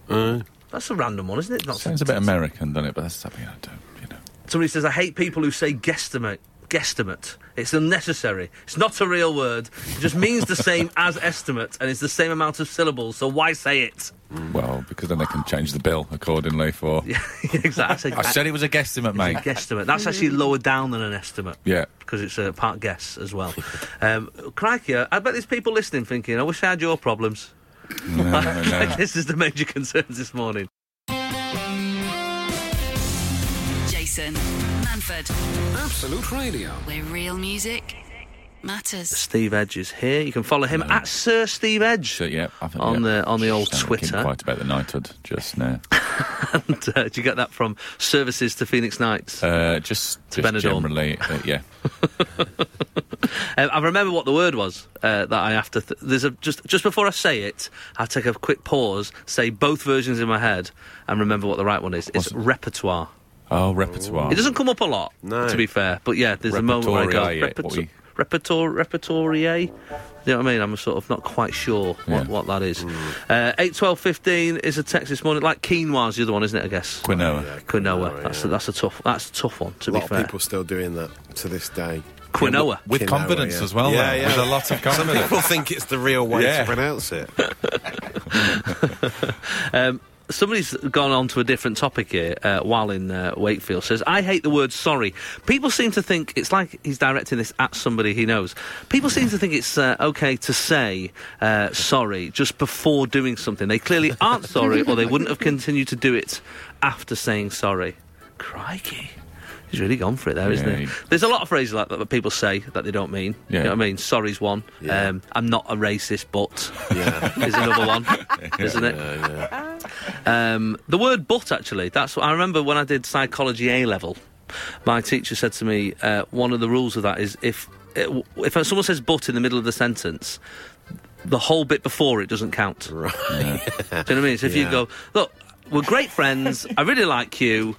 Speaker 3: That's a random one, isn't it? Not
Speaker 4: Uh. Sounds a bit American, doesn't it? But that's something I don't, you know.
Speaker 3: Somebody says, I hate people who say guesstimate. Guesstimate. It's unnecessary. It's not a real word. It just means the same as estimate, and it's the same amount of syllables, so why say it? *laughs*
Speaker 4: Well, because then they can change the bill accordingly for.
Speaker 3: exactly.
Speaker 4: I said it was a guesstimate, mate.
Speaker 3: guesstimate. That's actually lower down than an estimate.
Speaker 4: Yeah.
Speaker 3: Because it's a part guess as well. um, crikey, I bet there's people listening thinking, I wish I had your problems.
Speaker 4: No, no,
Speaker 3: *laughs*
Speaker 4: no, no.
Speaker 3: this is the major concerns this morning.
Speaker 1: Jason Manford,
Speaker 2: Absolute Radio.
Speaker 1: where real music matters.
Speaker 3: Steve Edge is here. You can follow him at Sir Steve Edge *laughs*
Speaker 4: So, yeah, I think,
Speaker 3: on
Speaker 4: yeah.
Speaker 3: the on the old
Speaker 4: Sounded like him
Speaker 3: Twitter.
Speaker 4: Quite about the knighthood just now.
Speaker 3: and, uh, do you get that from services to Phoenix Knights?
Speaker 4: Uh, just just
Speaker 3: Benidorm.
Speaker 4: generally, uh, yeah.
Speaker 3: Um, I remember what the word was uh, that I have to. Th- there's a just just before I say it, I take a quick pause, say both versions in my head, and remember what the right one is. It's repertoire.
Speaker 4: Oh, repertoire.
Speaker 3: It doesn't come up a lot,
Speaker 5: No.
Speaker 3: to be fair. But yeah, there's a moment where I go
Speaker 4: Repertoriae, what
Speaker 3: repertoire,
Speaker 4: we-
Speaker 3: repertoire, repertoriae. eh?" You know what I mean? I'm sort of not quite sure what,
Speaker 4: Yeah.
Speaker 3: what that is.
Speaker 5: Mm.
Speaker 3: Uh, Eight, twelve, fifteen is a text this morning. Like quinoa's the other one, isn't it? I guess.
Speaker 4: Quinoa.
Speaker 3: Quinoa.
Speaker 5: Quinoa,
Speaker 3: That's a,
Speaker 5: yeah.
Speaker 3: that's a tough. That's a tough one. To
Speaker 5: A lot
Speaker 3: be
Speaker 5: of
Speaker 3: fair.
Speaker 5: people still doing that to this day.
Speaker 3: Quinoa.
Speaker 4: With
Speaker 5: Quinoa,
Speaker 4: confidence
Speaker 5: yeah.
Speaker 4: as well,
Speaker 5: Yeah,
Speaker 4: though.
Speaker 5: yeah.
Speaker 4: With a lot of confidence.
Speaker 5: People think it's the real way
Speaker 4: Yeah.
Speaker 5: to pronounce
Speaker 4: *laughs*
Speaker 5: it.
Speaker 3: Somebody's gone on to a different topic here. Uh, while in uh, Wakefield says, "I hate the word sorry." People seem to think it's like he's directing this at somebody he knows. People seem to think it's uh, okay to say uh, sorry just before doing something. They clearly aren't sorry, or they wouldn't have continued to do it after saying sorry. Crikey. He's really gone for it there, not
Speaker 4: Yeah,
Speaker 3: he?
Speaker 4: he-
Speaker 3: There's a lot of phrases like that that people say that they don't mean. You
Speaker 4: Yeah.
Speaker 3: know what I mean? Sorry's one.
Speaker 5: Yeah.
Speaker 3: Um, I'm not a racist, but *laughs*
Speaker 5: Yeah.
Speaker 3: is another one, isn't it?
Speaker 4: Oh,
Speaker 3: Um, the word "but" actually. That's what I remember when I did psychology A level. My teacher said to me, uh, one of the rules of that is if uh, if someone says "but" in the middle of the sentence, the whole bit before it doesn't count. Right. *laughs* Do you know what I mean? So if you
Speaker 5: Yeah.
Speaker 3: go, look, we're great friends. I really like you,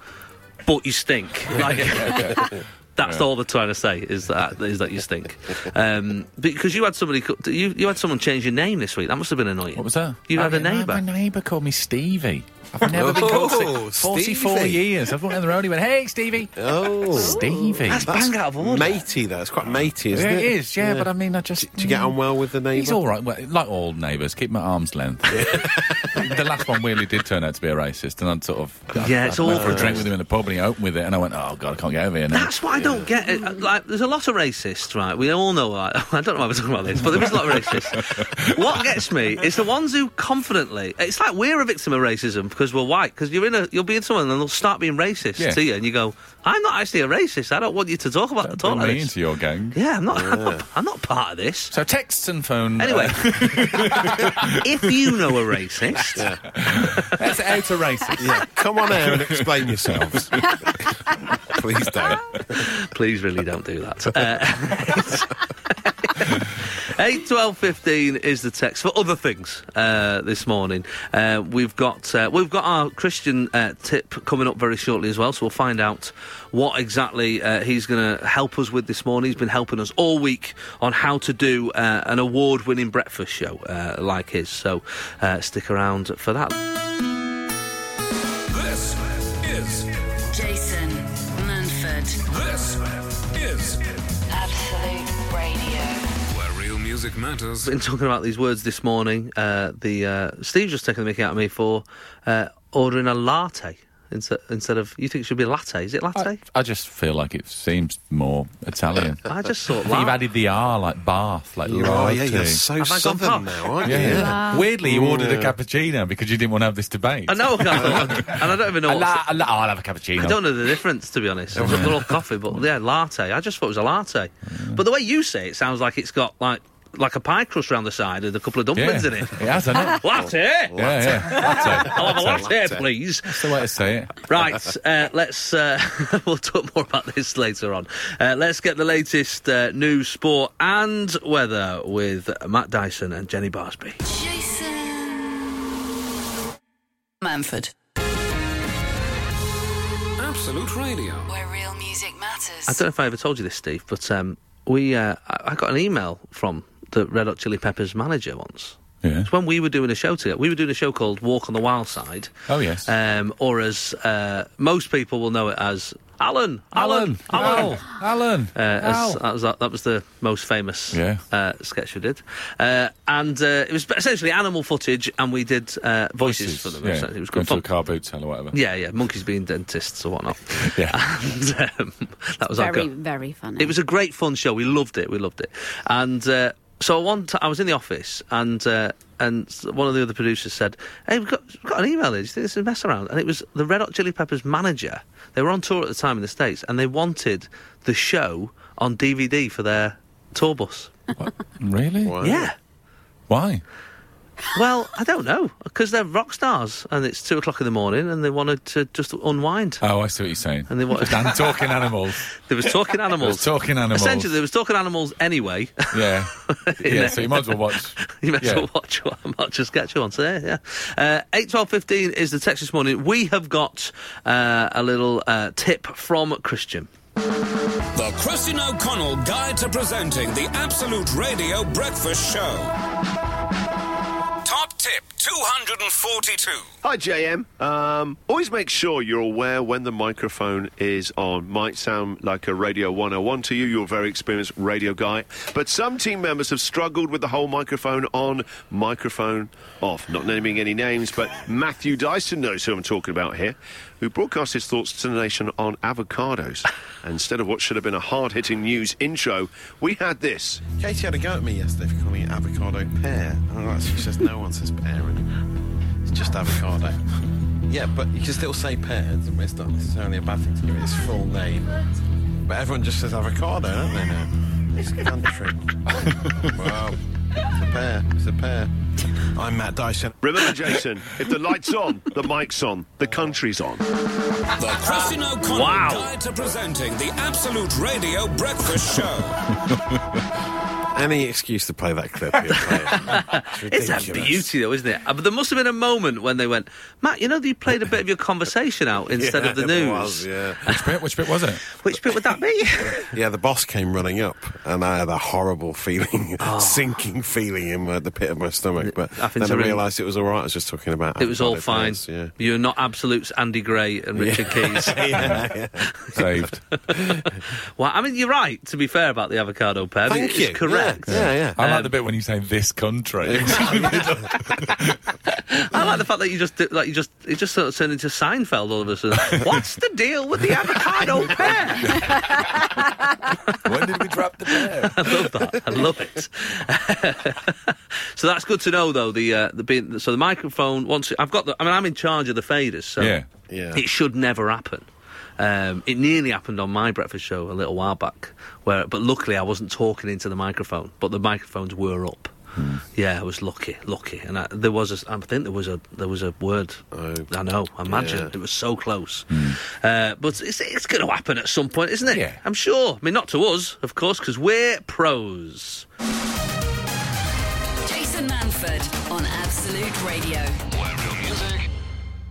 Speaker 3: but you stink. Like, *laughs* that's all they're trying to say is that is that you stink. Um, because you had somebody, co- you you had someone change your name this week. That must have been annoying.
Speaker 4: What was that?
Speaker 3: You had
Speaker 4: Oh,
Speaker 3: a
Speaker 4: yeah, my-
Speaker 3: neighbour.
Speaker 4: My neighbour called me Stevie. I've never been called
Speaker 5: Oh,
Speaker 4: Stevie. 44
Speaker 5: Stevie.
Speaker 4: years. I've walked down the road. He went, "Hey, Stevie."
Speaker 5: Oh.
Speaker 4: Stevie.
Speaker 3: That's bang out of order.
Speaker 5: Matey, though. It's quite matey,
Speaker 4: yeah,
Speaker 5: isn't
Speaker 4: it is. Yeah, but I mean, I just.
Speaker 5: Do you get on well with the neighbour?
Speaker 4: He's all right. Well, like all neighbours, keep him at arm's length. *laughs* the last one really did turn out to be a racist, and I'd sort of. I-
Speaker 3: Yeah, it's
Speaker 4: I went
Speaker 3: all-
Speaker 4: for a drink with him in the pub, and he opened with it, and I went, "Oh God, I can't get over here now."
Speaker 3: That's what I don't get. Uh, Like, there's a lot of racists, right? We all know. Like, *laughs* I don't know why we're talking about this, but there is a lot of racists. what gets me is the ones who confidently. It's like we're a victim of racism because we're white. Because you're in a, you'll be in someone and they'll start being racist
Speaker 4: Yeah.
Speaker 3: to you, and you go, "I'm not actually a racist. I don't want you to talk about the
Speaker 4: Bring
Speaker 3: talk like
Speaker 4: me
Speaker 3: this."
Speaker 4: into your gang.
Speaker 3: Yeah, I'm not, I'm not. I'm not part of
Speaker 4: *laughs*
Speaker 3: this.
Speaker 4: So texts and phone.
Speaker 3: Anyway,
Speaker 4: uh,
Speaker 3: if you know a racist,
Speaker 4: that's out
Speaker 5: *laughs*
Speaker 4: of racist.
Speaker 5: Yeah. Come on out and explain yourselves. Please
Speaker 4: *laughs*
Speaker 5: don't.
Speaker 3: Please really don't do that. Uh, *laughs* 8, 12, 15 is the text for other things uh, this morning. Uh, we've got uh, we've got our Christian uh, tip coming up very shortly as well, so we'll find out what exactly uh, he's going to help us with this morning. He's been helping us all week on how to do uh, an award-winning breakfast show uh, like his. So uh, stick around for that.
Speaker 2: This is
Speaker 1: Jason Manford,
Speaker 2: this is
Speaker 1: Absolute Radio.
Speaker 2: where real music matters.
Speaker 3: been talking about these words this morning. Uh, the uh, Steve's just taken the mickey out of me for uh, ordering a latte instead, instead of you think it should be a latte. Is it
Speaker 4: I,
Speaker 3: latte?
Speaker 4: I just feel like it seems more
Speaker 3: *laughs*
Speaker 4: Italian.
Speaker 3: I, just thought
Speaker 4: *laughs* You've
Speaker 3: latte.
Speaker 4: added the R like Bath, like
Speaker 5: Oh, yeah,
Speaker 4: latte.
Speaker 5: you're so
Speaker 3: Have I gone
Speaker 5: southern
Speaker 3: past?
Speaker 5: now, aren't you?
Speaker 4: Yeah. Weirdly, you ordered a
Speaker 5: Yeah.
Speaker 4: cappuccino because you didn't want to have this debate.
Speaker 3: I know, I thought- and I don't even know.
Speaker 4: A
Speaker 3: What's
Speaker 4: la- a la- I'll have a cappuccino.
Speaker 3: I don't know the difference to be honest. It's like, They're all coffee, but yeah, latte. I just thought it was a latte. But the way you say it sounds like it's got like like a pie crust round the side and a couple of dumplings in it.
Speaker 4: has, hasn't
Speaker 3: *laughs*
Speaker 4: it?
Speaker 3: Latte.
Speaker 4: yeah, yeah. Latte.
Speaker 3: I'll have *laughs* a latte,
Speaker 5: Latte.
Speaker 3: please.
Speaker 4: That's the way to say it.
Speaker 3: Right, *laughs* uh, let's. Uh, *laughs* we'll talk more about this later on. Uh, let's get the latest uh, news, sport, and weather with Matt Dyson and Jenny Barsby.
Speaker 1: Jason Manford,
Speaker 2: Absolute Radio.
Speaker 1: where real music matters.
Speaker 3: I don't know if I ever told you this, Steve, but um, we. Uh, I I got an email from the Red Hot Chili Peppers manager once.
Speaker 4: Yeah.
Speaker 3: It's when we were doing a show together. We were doing a show called Walk on the Wild Side.
Speaker 4: Oh, yes.
Speaker 3: Um, or as uh, most people will know it as Alan. Alan. Alan.
Speaker 4: Alan.
Speaker 3: Uh, as, that, was, that was the most famous
Speaker 4: Yeah.
Speaker 3: uh, sketch we did, uh, and uh, it was essentially animal footage, and we did uh, voices, for them.
Speaker 4: Yeah.
Speaker 3: essentially. It was
Speaker 4: Going
Speaker 3: good
Speaker 4: to
Speaker 3: fun.
Speaker 4: a car boot sale or whatever.
Speaker 3: Yeah, yeah, monkeys being dentists or
Speaker 4: *laughs*
Speaker 3: whatnot. *laughs*
Speaker 4: Yeah.
Speaker 3: and um, *laughs* that was our
Speaker 6: very,
Speaker 3: go.
Speaker 6: very funny.
Speaker 3: It was a great fun show. We loved it. We loved it. And uh, so one, t- I was in the office, and uh, and s- one of the other producers said, "Hey, we've got, we've got an email. here. Do you think this is a mess around?" And it was the Red Hot Chili Peppers manager. They were on tour at the time in the states, and they wanted the show on DVD for their tour bus.
Speaker 4: What? Really?
Speaker 5: Wow.
Speaker 3: Yeah.
Speaker 4: Why?
Speaker 3: Well, I don't know because they're rock stars, and it's two o'clock in the morning, and they wanted to just unwind.
Speaker 4: Oh, I see what you're saying.
Speaker 3: And they wanted-
Speaker 4: *laughs* and talking animals.
Speaker 3: There was talking animals.
Speaker 4: was talking animals.
Speaker 3: Essentially, there was talking animals anyway.
Speaker 4: Yeah. yeah. So you might as well watch.
Speaker 3: *laughs* you might as
Speaker 4: yeah.
Speaker 3: well watch one, watch a sketch on today. Yeah. Uh, Eight twelve fifteen is the text this morning. We have got uh, a little uh, tip from Christian.
Speaker 2: The Christian O'Connell Guide to Presenting the Absolute Radio Breakfast Show. Top tip 242.
Speaker 8: Hi, JM. Um, always make sure you're aware when the microphone is on. Might sound like a Radio 101 to you. You're a very experienced radio guy. But some team members have struggled with the whole microphone on, microphone off. Not naming any names, but Matthew Dyson knows who I'm talking about here, who broadcast his thoughts to the nation on avocados. Instead of what should have been a hard hitting news intro, we had this.
Speaker 5: Katie had a go at me yesterday for calling it avocado pear. And I was like, she says no one says pear anymore. It's just avocado. Yeah, but you can still say pear. It's not necessarily a bad thing to give it its full name. But everyone just says avocado, don't they now? It's a country. wow. It's a pear. It's a pear. I'm Matt Dyson.
Speaker 8: Remember, Jason, if the light's on, the mic's on, the country's on.
Speaker 2: The Christian O'Connell
Speaker 3: Wow.
Speaker 2: Guide to Presenting the Absolute Radio Breakfast Show.
Speaker 5: Any excuse to play that clip. You'll play it.
Speaker 3: *laughs* It's a
Speaker 5: ridiculous.
Speaker 3: beauty, though, isn't it? Uh, But there must have been a moment when they went, Matt. You know, you played a bit of your
Speaker 5: *laughs*
Speaker 3: conversation out instead
Speaker 5: Yeah,
Speaker 3: of the
Speaker 5: it
Speaker 3: news.
Speaker 5: was, yeah.
Speaker 4: Which bit? Which bit was it?
Speaker 3: Which bit would that be?
Speaker 5: *laughs* Yeah, the boss came running up, and I had a horrible
Speaker 3: *laughs*
Speaker 5: feeling, sinking feeling in my, the pit of my stomach. But
Speaker 3: Oh. I
Speaker 5: then
Speaker 3: think
Speaker 5: I
Speaker 3: to re-
Speaker 5: realised it was all right. I was just talking about
Speaker 3: it was all fine.
Speaker 5: avocado pears,
Speaker 3: *laughs*
Speaker 5: Yeah.
Speaker 3: You're not absolutes Andy Gray and
Speaker 5: *laughs*
Speaker 3: Richard Keys.
Speaker 4: Saved.
Speaker 3: Well, I mean, you're right. To be fair about the avocado pear, but
Speaker 5: Thank
Speaker 3: it's
Speaker 5: you.
Speaker 3: correct.
Speaker 5: Yeah, yeah. yeah.
Speaker 4: I like the bit when you say this country.
Speaker 3: I like the fact that you just did, like you just it just sort of turned into Seinfeld all of a sudden. What's the deal with the avocado pear?
Speaker 4: when did we drop the bear?
Speaker 3: I love that. I love it. *laughs* so that's good to know, though. The uh, the being, so the microphone once I've got the I mean I'm in charge of the faders, so
Speaker 4: Yeah.
Speaker 5: Yeah.
Speaker 3: it should never happen. Um, it nearly happened on my breakfast show a little while back, where but luckily I wasn't talking into the microphone, but the microphones were up. Yeah, I was lucky, lucky, and I, there was a, I think there was a there was a word. I know, I imagine
Speaker 5: yeah.
Speaker 3: it was so close, uh, but it's it's going to happen at some point, isn't it?
Speaker 4: Yeah.
Speaker 3: I'm sure. I mean, not to us, of course, because we're pros.
Speaker 1: Jason Manford on Absolute Radio.
Speaker 2: Where real music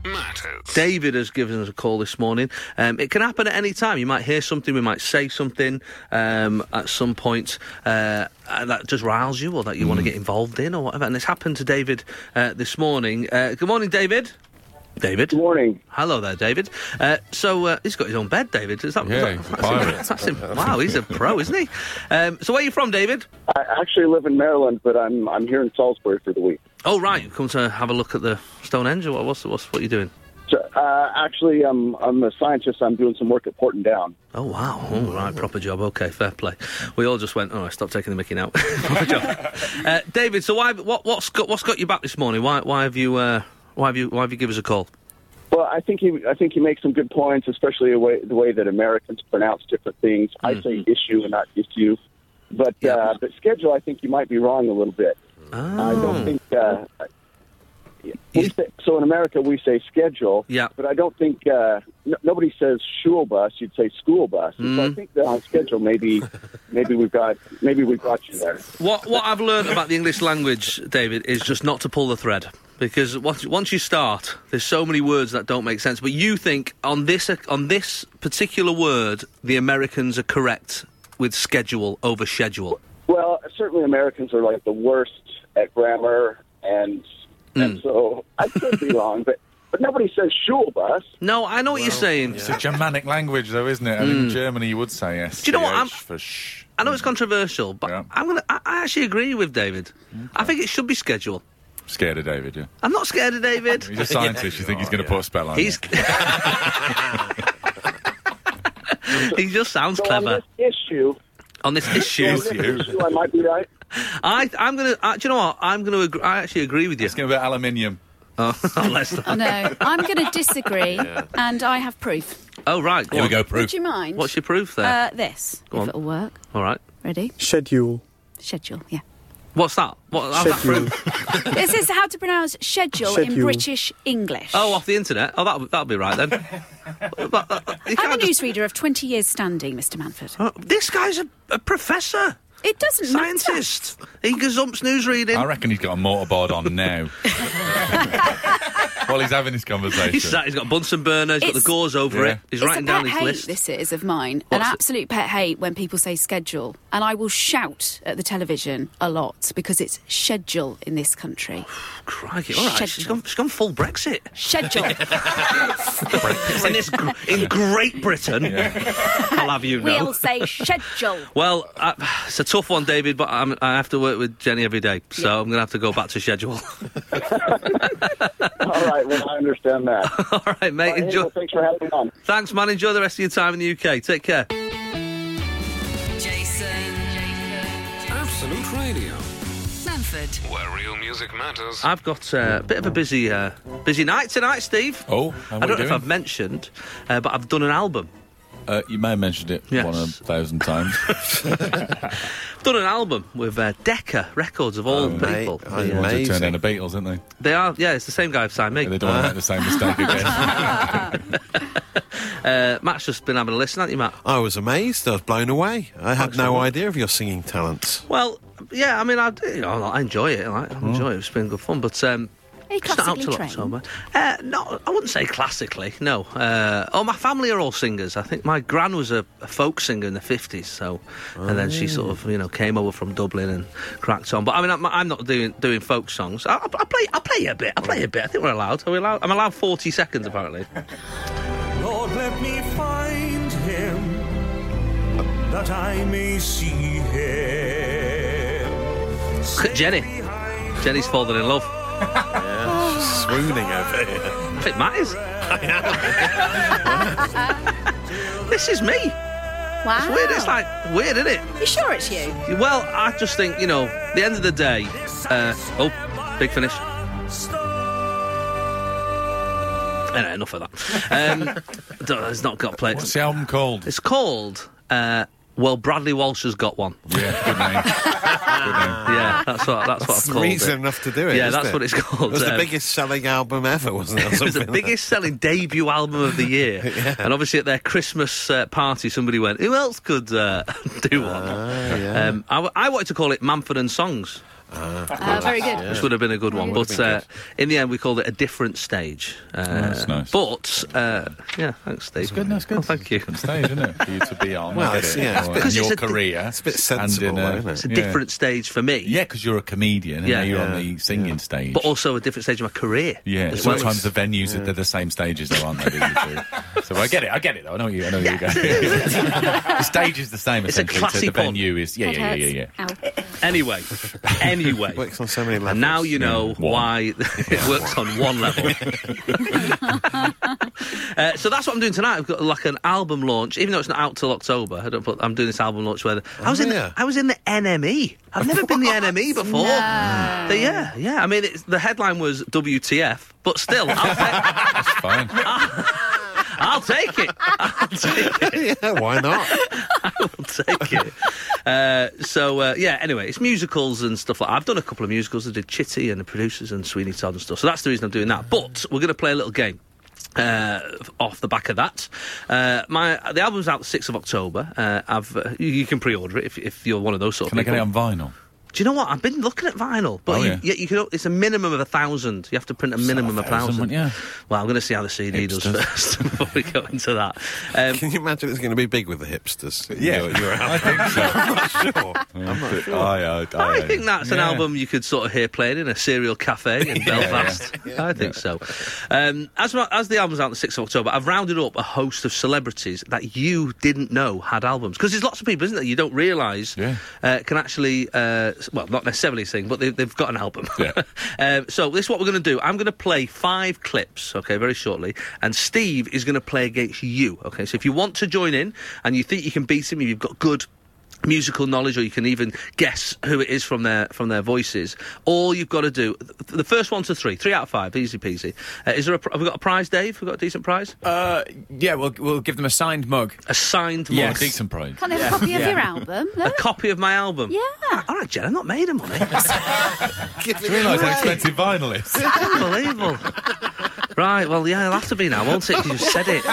Speaker 2: matters.
Speaker 3: David has given us a call this morning. Um, it can happen at any time. You might hear something, we might say something um, at some point uh, uh, that just riles you or that you want to
Speaker 4: Hmm.
Speaker 3: get involved in or whatever. And it's happened to David uh, this morning. Uh, good morning, David. David.
Speaker 9: Good morning.
Speaker 3: Hello there, David. Uh, so uh, he's got his own bed, David. Is that, is
Speaker 4: Yeah,
Speaker 3: that-
Speaker 4: he's a
Speaker 3: that's,
Speaker 4: pirate.
Speaker 3: that's him. Wow, he's a pro, isn't he? Um, so where are you from, David?
Speaker 9: I actually live in Maryland, but I'm I'm here in Salisbury for the week.
Speaker 3: Oh, right. You've come to have a look at the Stonehenge or what, what's, what's, what are you doing?
Speaker 9: So, uh, actually, I'm I'm a scientist. I'm doing some work at
Speaker 8: *laughs*
Speaker 9: Porton Down.
Speaker 3: Oh wow! All right, proper job. Okay, fair play. We all just went. Oh, stop taking the Mickey now. *laughs* proper job, uh, David. So why? What, what's got what's got you back this morning? Why? Why have you? Uh, why have you? Why have you give us a call?
Speaker 9: Well, I think he I think he makes some good points, especially the way, the way that Americans pronounce different things. I say issue and not issue, but
Speaker 3: Yeah.
Speaker 9: uh, but schedule. I think you might be wrong a little bit. I don't think. Uh, we
Speaker 3: You-
Speaker 9: say, so in America we say schedule,
Speaker 3: Yeah.
Speaker 9: but I don't think uh, n- nobody says shul bus. You'd say school bus. And So I think that on schedule, maybe maybe we've got maybe we got you there.
Speaker 3: What What I've learned about the English language, David, is just not to pull the thread because once once you start, there's so many words that don't make sense. But you think on this on this particular word, the Americans are correct with schedule over schedule.
Speaker 9: Well, certainly Americans are like the worst at grammar, and
Speaker 3: Mm.
Speaker 9: and so I
Speaker 3: *laughs*
Speaker 9: could be wrong, but but nobody says shul bus.
Speaker 3: No, I know what you're saying.
Speaker 4: It's a *laughs* Germanic language, though, isn't it? And in Germany, you would say yes.
Speaker 3: Do you know what?
Speaker 4: CH
Speaker 3: I'm-
Speaker 4: for sh.
Speaker 3: I know it's controversial, but
Speaker 4: Yeah.
Speaker 3: I'm gonna. I, I actually agree with David. I think it should be scheduled.
Speaker 4: Scared of David, yeah.
Speaker 3: I'm not scared of David.
Speaker 4: He's a scientist. you think he's going to put a spell on
Speaker 3: He's.
Speaker 4: it.
Speaker 3: *laughs* he just sounds
Speaker 9: So on
Speaker 3: clever
Speaker 9: this issue,
Speaker 3: on this issue.
Speaker 9: on this issue, I might be right.
Speaker 3: I, I'm gonna. Uh, do you know what? I'm gonna. Agree, I actually agree with you.
Speaker 4: It's going to be aluminium.
Speaker 3: *laughs* oh, Leicester.
Speaker 6: Oh, *laughs* no, I'm going
Speaker 3: *laughs*
Speaker 6: to disagree, and I have proof.
Speaker 3: Oh, right.
Speaker 10: Here we
Speaker 3: on.
Speaker 10: go, proof.
Speaker 6: Do you mind?
Speaker 3: What's your proof there?
Speaker 6: uh, this?
Speaker 3: Go
Speaker 6: if
Speaker 3: on.
Speaker 6: it'll work.
Speaker 3: All right.
Speaker 6: Ready?
Speaker 7: Schedule.
Speaker 6: Schedule. Yeah.
Speaker 3: What's that? What, how's that proof?
Speaker 6: this is how to pronounce schedule, in
Speaker 7: Schedule.
Speaker 6: British English.
Speaker 3: Oh, off the internet. Oh, that'll, that'll be right then. But, uh, you
Speaker 6: I'm a
Speaker 3: can't just-
Speaker 6: newsreader of 20 years standing, Mr. Manford.
Speaker 3: Oh, this guy's a, a professor,
Speaker 6: It doesn't
Speaker 3: scientist. He gazumps news reading.
Speaker 4: I reckon he's got a mortarboard on now. While he's having this conversation.
Speaker 3: He's, sat- he's got a Bunsen burner. He's got
Speaker 6: It's-
Speaker 3: the gauze over
Speaker 4: Yeah.
Speaker 3: it. He's
Speaker 6: matter.
Speaker 3: writing
Speaker 6: it's a
Speaker 3: down
Speaker 6: pet
Speaker 3: his
Speaker 6: hate,
Speaker 3: list.
Speaker 6: this is, of mine. An
Speaker 3: What's it-
Speaker 6: absolute pet hate when people say schedule. And I will shout at the television a lot because it's schedule in this country.
Speaker 3: Crikey! All right,
Speaker 6: Shit.
Speaker 3: she's gone, she's gone full
Speaker 6: *laughs*
Speaker 3: Brexit. *laughs*
Speaker 6: Schedule.
Speaker 3: in this, gr- in Great Britain, *laughs* I'll have you know.
Speaker 6: we'll say schedule.
Speaker 3: Well, uh, it's a tough one, David, but I'm, I have to work with Jenny every day, so I'm going to have to go back to schedule. *laughs*
Speaker 9: All right, well I understand that.
Speaker 3: *laughs* All right, mate.
Speaker 9: Hey,
Speaker 3: Enjoy.
Speaker 9: well, thanks for having me on.
Speaker 3: Thanks, man. Enjoy the rest of your time in the UK. Take care.
Speaker 1: Jason. Jason.
Speaker 2: Absolute Radio.
Speaker 1: Manford.
Speaker 2: Where real music matters.
Speaker 3: I've got uh, a bit of a busy, uh, busy night tonight, Steve.
Speaker 4: Oh, how
Speaker 3: I
Speaker 4: we
Speaker 3: don't know
Speaker 4: doing?
Speaker 3: if I've mentioned, uh, but I've done an album.
Speaker 4: Uh, you may have mentioned it
Speaker 3: Yes.
Speaker 4: one a thousand times.
Speaker 3: I've done an album with uh, Decca Records of all
Speaker 5: mate.
Speaker 3: people.
Speaker 5: Oh,
Speaker 3: They, uh,
Speaker 5: mate.
Speaker 4: they
Speaker 5: Amazing.
Speaker 4: turned down the Beatles, didn't they?
Speaker 3: they are, yeah, it's the same guy who signed me.
Speaker 4: They don't want to make the same mistake again.
Speaker 3: Uh, Matt's just been having a listen, hasn't he, Matt?
Speaker 5: I was amazed. I was blown away. I had no idea of your singing talents.
Speaker 3: Well, yeah, I mean, I, you know, I enjoy it. Like, I enjoy it. It's been good fun, but. Um,
Speaker 6: Are you
Speaker 3: It's not out
Speaker 6: classically
Speaker 3: till
Speaker 6: trained?
Speaker 3: October. Uh, no, I wouldn't say classically. No. Uh, oh, my family are all singers. I think my gran was a, a folk singer in the fifties. So, and then she sort of you know came over from Dublin and cracked on. But I mean, I'm, I'm not doing doing folk songs. I, I, I play I play a bit. I play a bit. I think we're allowed. Are we allowed? I'm allowed forty seconds apparently. *laughs*
Speaker 7: Lord, let me find him that I may see him.
Speaker 3: Jenny. Jenny's falling in love.
Speaker 5: Swooning over here.
Speaker 3: I think Matt is. this is me.
Speaker 6: Wow.
Speaker 3: It's weird. It's like weird, isn't it?
Speaker 6: You sure it's you?
Speaker 3: Well, I just think, you know, the end of the day, uh, oh, big finish. Anyway, enough of that. Um, *laughs* don't- it's not got played.
Speaker 4: What's the album called?
Speaker 3: It's called, uh, well, Bradley Walsh has got one.
Speaker 4: yeah, good name. *laughs* Good name.
Speaker 3: Yeah, that's what, that's what I've called
Speaker 5: Reason
Speaker 3: it.
Speaker 5: enough to do it.
Speaker 3: Yeah,
Speaker 5: isn't
Speaker 3: that's
Speaker 5: it?
Speaker 3: what it's called.
Speaker 5: It was the
Speaker 3: Um,
Speaker 5: biggest selling album ever, wasn't it? or
Speaker 3: *laughs* It was the
Speaker 5: something like
Speaker 3: biggest selling debut album of
Speaker 5: *laughs*
Speaker 3: the year. And obviously, at their Christmas uh, party, somebody went, Who else could uh, *laughs* do one?
Speaker 5: yeah.
Speaker 3: um, I, w- I wanted to call it Manford and Songs.
Speaker 6: Uh, very good.
Speaker 3: which would have been a good one. But uh, in the end, we called it a different stage. Uh,
Speaker 4: that's nice.
Speaker 3: But uh, yeah, thanks, Steve. That's
Speaker 4: good, that's good.
Speaker 3: Oh, thank you.
Speaker 4: Good stage, isn't it? For you to be on. I
Speaker 5: Well,
Speaker 4: get
Speaker 5: it's-
Speaker 4: it.
Speaker 5: yeah, it's
Speaker 4: Or
Speaker 5: a bit-
Speaker 4: in your
Speaker 3: It's a-
Speaker 4: career.
Speaker 5: it's a bit
Speaker 4: and
Speaker 5: sensible,
Speaker 4: in a-
Speaker 5: though, isn't it?
Speaker 3: It's a
Speaker 4: yeah.
Speaker 3: different stage for me.
Speaker 4: Yeah, because you're a comedian and
Speaker 3: Yeah.
Speaker 4: now you're on
Speaker 5: Yeah.
Speaker 4: the singing stage.
Speaker 3: But also a different stage of my career.
Speaker 4: yeah,
Speaker 3: as well.
Speaker 4: sometimes the venues they're the same stages though, aren't they? the two? so I get it, I get it though. I know you, I know where you're *laughs* going. the stage is the same
Speaker 3: It's a
Speaker 4: essentially.
Speaker 3: classy
Speaker 4: so the
Speaker 3: pod.
Speaker 4: venue is yeah, yeah, yeah, yeah, yeah.
Speaker 6: Ow.
Speaker 5: *laughs*
Speaker 3: Anyway, anyway.
Speaker 5: that. Works on so many levels.
Speaker 3: And now you know
Speaker 4: One.
Speaker 3: why *laughs* it works on one level. uh, so that's what I'm doing tonight. I've got like an album launch, even though it's not out till October. I don't put, I'm doing this album launch where the, I was in.
Speaker 5: Oh, yeah.
Speaker 3: The, I was in the NME. I've never been the NME before. The- yeah, yeah. I mean, it's, the headline was WTF, but still, I'll, ta-
Speaker 4: It's fine.
Speaker 3: *laughs* I'll take it. I'll take it.
Speaker 5: *laughs* yeah, why not?
Speaker 3: I'll take it. Uh, so uh, yeah. Anyway, it's musicals and stuff like. I've done a couple of musicals. I did Chitty and the producers and Sweeney Todd and stuff. So that's the reason I'm doing that. But we're going to play a little game. Uh, off the back of that, uh, my the album's out the sixth of October. Uh, I've uh, you, you can pre-order it if, if you're one of those sort
Speaker 4: Can I
Speaker 3: of
Speaker 4: get
Speaker 3: people.
Speaker 4: it on vinyl?
Speaker 3: Do you know what? I've been looking at vinyl, but
Speaker 4: Oh,
Speaker 3: you,
Speaker 4: yeah.
Speaker 3: yeah, you can. It's a minimum of a thousand. You have to print a minimum of a
Speaker 4: 1,000,
Speaker 3: thousand.
Speaker 4: wouldn't
Speaker 3: Well, I'm going to see how the CD does *laughs*
Speaker 4: Hipsters.
Speaker 3: first before we go into that. *laughs* Um,
Speaker 5: Can you imagine it's going to be big with the hipsters? You're- you're out.
Speaker 4: I think so.
Speaker 5: sure.
Speaker 4: I'm not sure. I, I-
Speaker 3: *laughs* I think that's an
Speaker 4: yeah.
Speaker 3: album you could sort of hear played in a cereal cafe
Speaker 4: *laughs*
Speaker 3: in Belfast. I think so. Um, as well- as the album's out on the 6th of October, I've rounded up a host of celebrities that you didn't know had albums. Because there's lots of people, isn't there, you don't realise
Speaker 4: Yeah.
Speaker 3: uh, can actually, uh, s- well, not necessarily sing, but they, they've got an album. *laughs*
Speaker 4: Yeah.
Speaker 3: um, so this is what we're going to do. I'm going to play five clips, okay, very shortly. And Steve is going to play against you, okay? So if you want to join in and you think you can beat him, if you've got good musical knowledge or you can even guess who it is from their from their voices all you've got to do th- the first one to three three out of five easy peasy uh, is there a pr- have we got a prize dave have we got a decent prize
Speaker 10: Uh, yeah, we'll we'll give them a signed mug.
Speaker 3: a signed
Speaker 4: Yeah,
Speaker 3: mug.
Speaker 4: decent pride.
Speaker 6: Can I have a copy of your album?
Speaker 3: a
Speaker 6: Look.
Speaker 3: copy of my album Ah,
Speaker 6: Yeah.
Speaker 3: all right jen i've not made him on it
Speaker 5: Give
Speaker 4: Do you realise how
Speaker 5: away.
Speaker 4: expensive vinyl is?
Speaker 3: Unbelievable. Right, well, yeah, it'll have to be now, won't it? 'cause You've said it.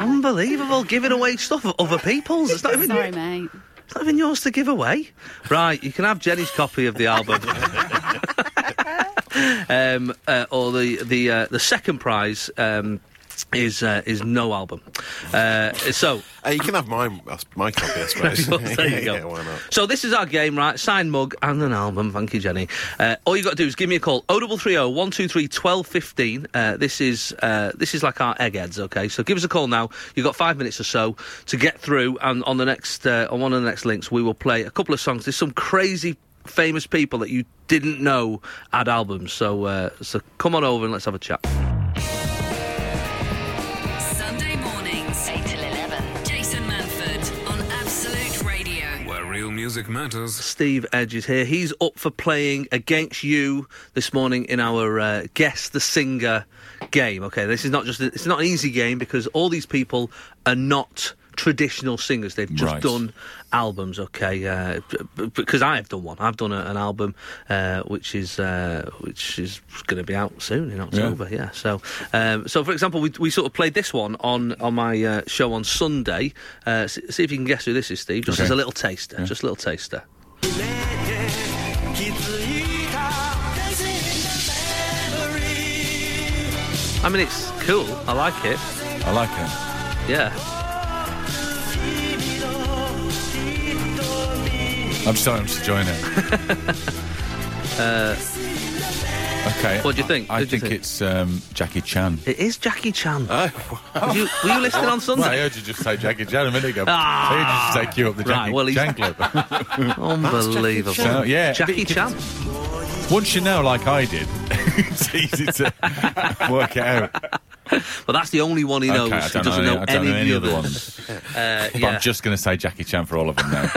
Speaker 3: Unbelievable, giving away stuff of other people's. It's not even,
Speaker 6: Sorry, mate.
Speaker 3: it's not even yours to give away. Right, you can have Jenny's copy of the
Speaker 6: *laughs*
Speaker 3: album. um, uh, or the the uh, the second prize um, is uh, is no album. Uh, so
Speaker 5: Uh, you can have my my copy,
Speaker 3: *laughs*
Speaker 5: I suppose. *laughs*
Speaker 3: there you go.
Speaker 5: Yeah, why not?
Speaker 3: So this is our game, right? Signed mug and an album. Thank you, Jenny. Uh, all you got to do is give me a call. oh, 0330 123 1215. Uh, this is uh, this is like our eggheads, okay? So give us a call now. You've got five minutes or so to get through, and on the next uh, on one of the next links, we will play a couple of songs. There's some crazy. Famous people that you didn't know had albums, so uh, so come on over and let's have a chat.
Speaker 1: Sunday mornings, 8 till 11. Jason Manford on Absolute Radio.
Speaker 2: Where real music matters.
Speaker 3: Steve Edge is here. He's up for playing against you this morning in our uh, guess the singer game. Okay, this is not just it's not an easy game because all these people are not traditional singers. They've just
Speaker 4: Right.
Speaker 3: done albums. Okay, uh, b- b- because I have done one. I've done a, an album uh, which is uh, which is going to be out soon in October. Yeah. So, um, so for example, we, we sort of played this one on on my uh, show on Sunday. Uh, see, see if you can guess who this is, Steve. Just
Speaker 4: Okay.
Speaker 3: as a little taster. Just a little taster. I mean, it's cool. I like it.
Speaker 4: I like it.
Speaker 3: Yeah.
Speaker 4: I'm sorry, I'm just enjoying it.
Speaker 3: *laughs*
Speaker 4: okay.
Speaker 3: Uh, What do you think?
Speaker 4: I, I
Speaker 3: Who do you
Speaker 4: think,
Speaker 3: think?
Speaker 4: it's um, Jackie Chan.
Speaker 3: It is Jackie Chan.
Speaker 5: Oh,
Speaker 3: Were you, were you listening on
Speaker 4: Well, I
Speaker 3: Sunday?
Speaker 4: heard you just say Jackie Chan a minute ago.
Speaker 3: Ah.
Speaker 4: I heard you just take you up the
Speaker 3: Right,
Speaker 4: Jackie
Speaker 3: well, he's-
Speaker 4: Chan
Speaker 3: *laughs*
Speaker 4: clip.
Speaker 3: Unbelievable.
Speaker 5: That's Jackie Chan.
Speaker 4: So, yeah.
Speaker 3: Jackie Chan.
Speaker 4: Once you know, like I did, *laughs* it's easy to *laughs* work it out.
Speaker 3: Well, that's the only one he knows.
Speaker 4: okay, I
Speaker 3: he
Speaker 4: don't
Speaker 3: doesn't
Speaker 4: know,
Speaker 3: know,
Speaker 4: I don't
Speaker 3: any,
Speaker 4: know any
Speaker 3: of the
Speaker 4: other
Speaker 3: others.
Speaker 4: ones.
Speaker 3: Uh,
Speaker 4: But
Speaker 3: yeah.
Speaker 4: I'm just going to say Jackie Chan for all of them
Speaker 3: *laughs*
Speaker 4: now.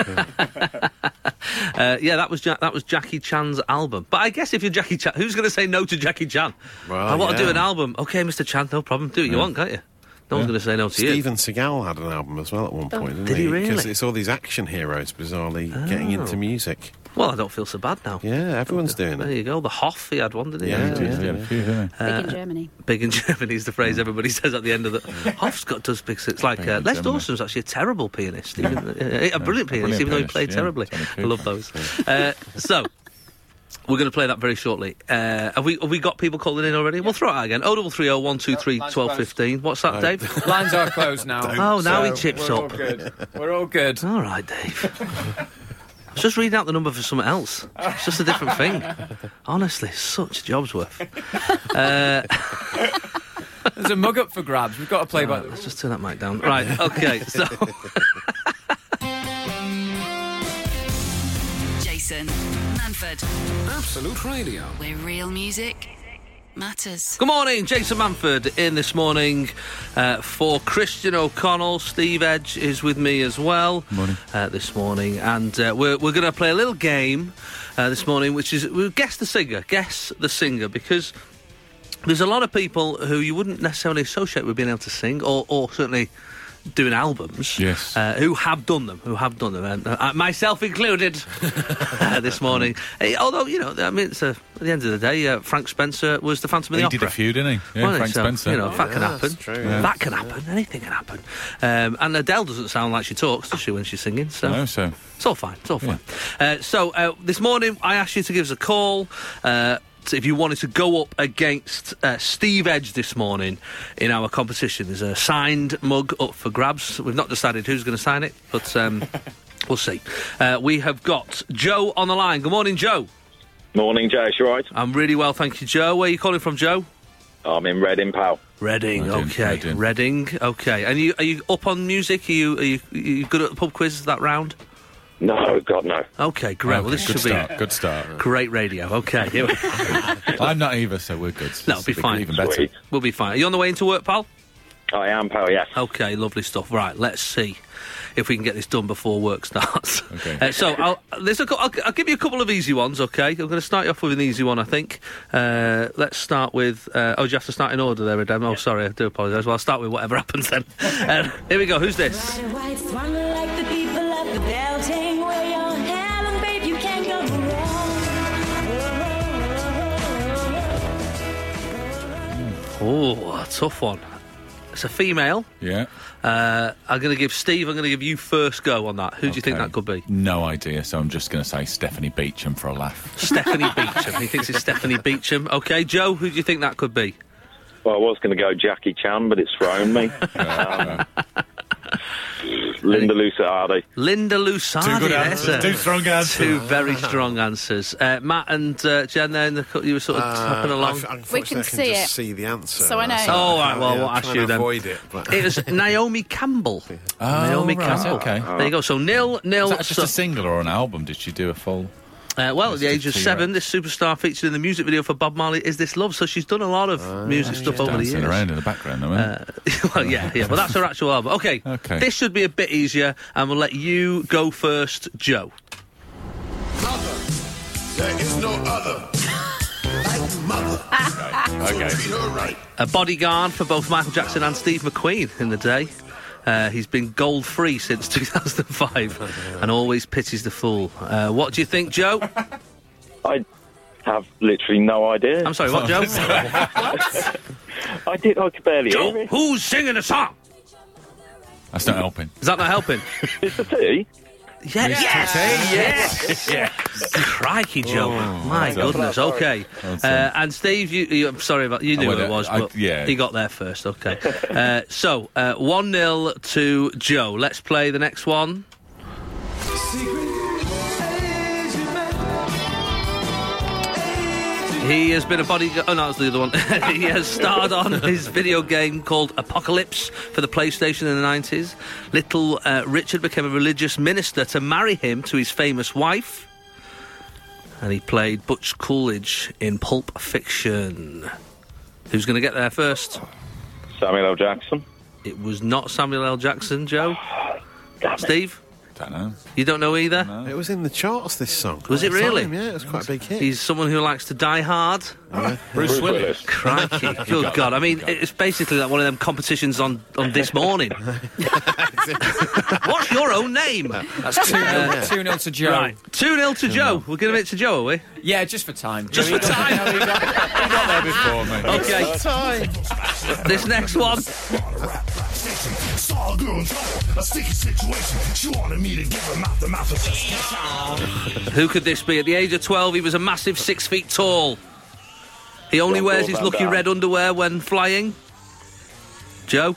Speaker 3: Uh, yeah, that was ja- that was Jackie Chan's album. But I guess if you're Jackie Chan, who's going to say no to Jackie Chan?
Speaker 5: Well,
Speaker 3: I want to do
Speaker 5: yeah.
Speaker 3: an album. Okay, Mr. Chan, no problem. Do what you want, can't you? No one's going to say no to you.
Speaker 5: Steven Seagal had an album as well at one point, didn't
Speaker 3: Oh, Did he really? Oh.
Speaker 5: Because it's all these action heroes bizarrely getting into music.
Speaker 3: Well, I don't feel so bad now.
Speaker 5: Yeah, everyone's doing
Speaker 3: There
Speaker 5: it.
Speaker 3: you go. The Hoff, he had one, didn't he?
Speaker 5: Yeah,
Speaker 4: Yeah, yeah, a few, yeah.
Speaker 3: uh,
Speaker 6: Big in Germany.
Speaker 3: Big in *laughs* Germany is the phrase everybody says at the end of the. *laughs*
Speaker 4: *laughs*
Speaker 3: Hoff's got does big. It's like
Speaker 4: Mm. Big
Speaker 3: uh,
Speaker 4: in
Speaker 3: Les
Speaker 4: Germany.
Speaker 3: Dawson's actually a terrible pianist, even, uh, a brilliant pianist,
Speaker 4: brilliant
Speaker 3: even though he
Speaker 4: pianist,
Speaker 3: played
Speaker 4: yeah.
Speaker 3: terribly.
Speaker 4: Johnny
Speaker 3: I
Speaker 4: Cooper.
Speaker 3: love those. Uh, so. We're going to play that very shortly. Uh, have we have we got people calling in already? We'll throw it out again. Oh, 0330 123 1215. What's that,
Speaker 4: *laughs*
Speaker 3: Dave?
Speaker 10: Lines are closed now.
Speaker 3: *laughs* Oh, now he
Speaker 10: So
Speaker 3: chips
Speaker 10: we're
Speaker 3: up.
Speaker 10: All
Speaker 3: *laughs*
Speaker 10: good. We're all good.
Speaker 3: All right,
Speaker 4: *laughs*
Speaker 3: Dave. I was just reading out the number for something else. It's just a different thing.
Speaker 4: *laughs*
Speaker 3: Honestly, such jobs worth.
Speaker 10: There's a mug up for grabs. We've got to play by the
Speaker 3: Let's just turn that mic down. Right, okay,
Speaker 4: *laughs*
Speaker 3: so.
Speaker 1: Jason Manford,
Speaker 2: Absolute Radio.
Speaker 1: where real music matters.
Speaker 3: Good morning, Jason Manford in this morning uh, for Christian O'Connell. Steve Edge is with me as well
Speaker 4: Morning.
Speaker 3: Uh, this morning, and uh, we're, we're going to play a little game uh, this morning, which is we'll guess the singer, guess the singer, because there's a lot of people who you wouldn't necessarily associate with being able to sing, or, or certainly doing albums.
Speaker 4: Yes.
Speaker 3: Uh, who have done them? Who have done them? And, uh, myself
Speaker 5: *laughs*
Speaker 3: included. uh, this morning, Eh, although you know, I mean, it's a, at the end of the day, uh, Frank Spencer was the Phantom of the
Speaker 4: He
Speaker 3: Opera.
Speaker 4: did a few, didn't he? Yeah,
Speaker 3: Wasn't
Speaker 4: Frank
Speaker 3: So,
Speaker 4: Spencer.
Speaker 3: You know, that can
Speaker 5: Yeah,
Speaker 3: happen.
Speaker 5: that's true, yeah.
Speaker 3: That can happen. Anything can happen. Um, and Adele doesn't sound like she talks, does she, when she's singing? So.
Speaker 4: No, so
Speaker 3: It's all fine. It's all fine. Uh, so uh, this morning, I asked you to give us a call. Uh, t- if you wanted to go up against uh, Steve Edge this morning in our competition, there's a signed mug up for grabs. We've not decided who's going to sign it, but um, we'll see. Uh, we have got Joe on the line. Good morning, Joe.
Speaker 11: Morning, Jace. You all right?
Speaker 3: I'm really well, thank you, Joe. Where are you calling from, Joe?
Speaker 11: I'm in Reading, pal.
Speaker 3: Reading. okay, Reading. Okay. And you are you up on music? Are you are you, are you good at the pub quiz that round?
Speaker 11: No, God, no.
Speaker 3: Okay, great. well, this
Speaker 4: Oh, good
Speaker 3: should
Speaker 4: start.
Speaker 3: be
Speaker 4: Good start.
Speaker 3: great radio. Okay, here we
Speaker 4: I'm not either, so we're good.
Speaker 3: No, it'll be fine.
Speaker 4: Even better.
Speaker 11: Sweet.
Speaker 3: We'll be fine. Are you on the way into work, pal?
Speaker 11: I am, pal, yes.
Speaker 3: Okay, lovely stuff. Right, let's see if we can get this done before work starts.
Speaker 4: Okay.
Speaker 3: Uh, so I'll, there's a, cou- I'll, I'll give you a couple of easy ones, okay? I'm going to start you off with an easy one, I think. Uh, let's start with. Uh, oh, do you have to start in order there, Adam? Oh, sorry, I do apologise. Well, I'll start with whatever *laughs* happens then. uh, here we go. Who's this?
Speaker 12: White swan like the people of the belting where your hair long, babe, you can't go wrong.
Speaker 3: Oh, a tough one. It's a female.
Speaker 4: Yeah.
Speaker 3: Uh, I'm going to give Steve, I'm going to give you first go on that. Who do you think
Speaker 4: Okay.
Speaker 3: that could be?
Speaker 4: No idea, so I'm just going to say Stephanie Beecham for a laugh.
Speaker 3: Stephanie Beecham. He thinks it's Stephanie Beecham. Okay, Joe, who do you think that could be?
Speaker 11: Well, I was going to go Jackie Chan, but it's thrown
Speaker 3: *laughs*
Speaker 11: me. um, Linda Lucardi.
Speaker 3: Linda Lusardi.
Speaker 4: Two good
Speaker 3: there,
Speaker 4: answers.
Speaker 3: sir.
Speaker 4: Two strong answers.
Speaker 3: Two very strong answers. Uh, Matt and uh, Jen, there, in the cu- you were sort of
Speaker 4: Uh,
Speaker 5: Uh,
Speaker 3: tapping along.
Speaker 6: We can see
Speaker 5: see
Speaker 6: it.
Speaker 5: see the answer.
Speaker 6: So I know.
Speaker 5: That's-
Speaker 3: Oh, all right, well,
Speaker 5: yeah,
Speaker 3: we'll
Speaker 5: I'm
Speaker 3: ask
Speaker 5: trying
Speaker 3: you
Speaker 5: to
Speaker 3: then.
Speaker 5: avoid it, but-
Speaker 3: it
Speaker 4: *laughs*
Speaker 3: was Naomi Campbell.
Speaker 4: Oh,
Speaker 3: Naomi
Speaker 4: right,
Speaker 3: Campbell.
Speaker 4: okay.
Speaker 3: There you go. So nil,
Speaker 4: Is
Speaker 3: nil.
Speaker 4: that just
Speaker 3: so-
Speaker 4: a single or an album? Did she do a full?
Speaker 3: Uh, well, at the
Speaker 4: Mr.
Speaker 3: age of
Speaker 4: T-Rex.
Speaker 3: seven, this superstar featured in the music video for Bob Marley, "Is This Love?" So she's done a lot of music stuff over the
Speaker 4: Oh, Dancing
Speaker 3: years.
Speaker 4: around in the background, though, isn't it?
Speaker 3: Uh, *laughs* well, yeah, yeah. Well, that's her actual album. Okay.
Speaker 4: Okay.
Speaker 3: This should be a bit easier, and we'll let you go first, Joe.
Speaker 13: There is no other like
Speaker 3: *laughs*
Speaker 13: mother.
Speaker 4: Okay.
Speaker 13: You're right.
Speaker 3: A bodyguard for both Michael Jackson and Steve McQueen in the day. Uh, he's been gold free since *laughs* 2005 and always pities the fool. Uh, what do you think, Joe?
Speaker 11: I have literally no idea.
Speaker 3: I'm sorry, what, Joe?
Speaker 11: I did. I could barely hear
Speaker 3: Joe,
Speaker 11: it.
Speaker 3: who's singing a song?
Speaker 4: That's not helping.
Speaker 3: Is that not helping?
Speaker 11: It's the tea.
Speaker 3: Yes, yes, yes. Crikey, Joe! My
Speaker 4: well
Speaker 3: goodness. Okay,
Speaker 4: Well done.
Speaker 3: uh, and Steve, you, you, I'm sorry about you knew
Speaker 4: well,
Speaker 3: who it
Speaker 4: uh,
Speaker 3: was,
Speaker 4: I-
Speaker 3: but
Speaker 4: yeah.
Speaker 3: he got there first. Okay, uh, so one 0 to Joe. Let's play the next one. He has been a bodyguard. Oh, no, that's the other one. *laughs* he has starred on his video game called Apocalypse for the PlayStation in the 90s. Little uh, Richard became a religious minister to marry him to his famous wife. And he played Butch Coolidge in Pulp Fiction. Who's going to get there first?
Speaker 11: Samuel L. Jackson.
Speaker 3: It was not Samuel L. Jackson, Joe. Steve,
Speaker 4: Don't know.
Speaker 3: you don't know either?
Speaker 5: It was in the charts. This song
Speaker 3: Oh. Was
Speaker 5: At
Speaker 3: it
Speaker 5: the time,
Speaker 3: really?
Speaker 5: yeah, it was quite a big hit.
Speaker 3: He's someone who likes to die hard.
Speaker 4: Bruce
Speaker 11: Willis.
Speaker 3: Crikey. Good God. I mean, it's basically like one of them competitions on, on this morning. What's your own name?
Speaker 10: That's 2 0 Uh, two nil to Joe.
Speaker 3: Right. 2 0 to Joe. We're giving it to Joe, are we?
Speaker 10: Yeah, just for time.
Speaker 3: Just for time.
Speaker 4: Not there before me.
Speaker 3: Okay. This next one.
Speaker 13: Saw a girl in trouble, a sticky situation. She wanted me to give her mouth to mouth.
Speaker 3: Who could this be? At the age of 12, he was a massive six feet tall. He only
Speaker 11: Jean-Paul
Speaker 3: wears his
Speaker 11: Van
Speaker 3: lucky
Speaker 11: Damme.
Speaker 3: red underwear when flying. Joe?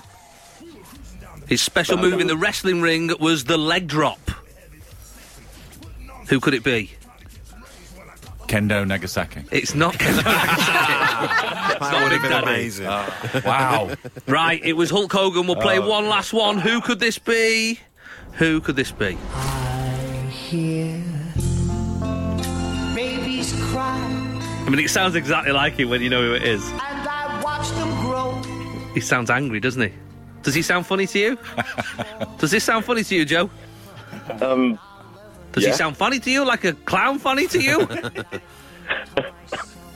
Speaker 3: His special
Speaker 11: Van
Speaker 3: move in the
Speaker 11: Damme.
Speaker 3: wrestling ring was the leg drop. Who could it be?
Speaker 4: Kendo Nagasaki.
Speaker 3: It's not Kendo Nagasaki. it's
Speaker 5: that
Speaker 3: not
Speaker 5: would have
Speaker 3: Big
Speaker 5: been
Speaker 3: Daddy.
Speaker 5: amazing.
Speaker 4: Wow.
Speaker 3: Right, it was Hulk Hogan. We'll play one last one. Who could this be? Who could this be?
Speaker 12: Babies cry,
Speaker 3: I mean, it sounds exactly like him when you know who it is.
Speaker 12: and I watch them grow.
Speaker 3: He sounds angry, doesn't he? Does he sound funny to you? Does this sound funny to you, Joe?
Speaker 11: Um,
Speaker 3: Does he
Speaker 11: Yeah.
Speaker 3: sound funny to you? Like a clown funny to you?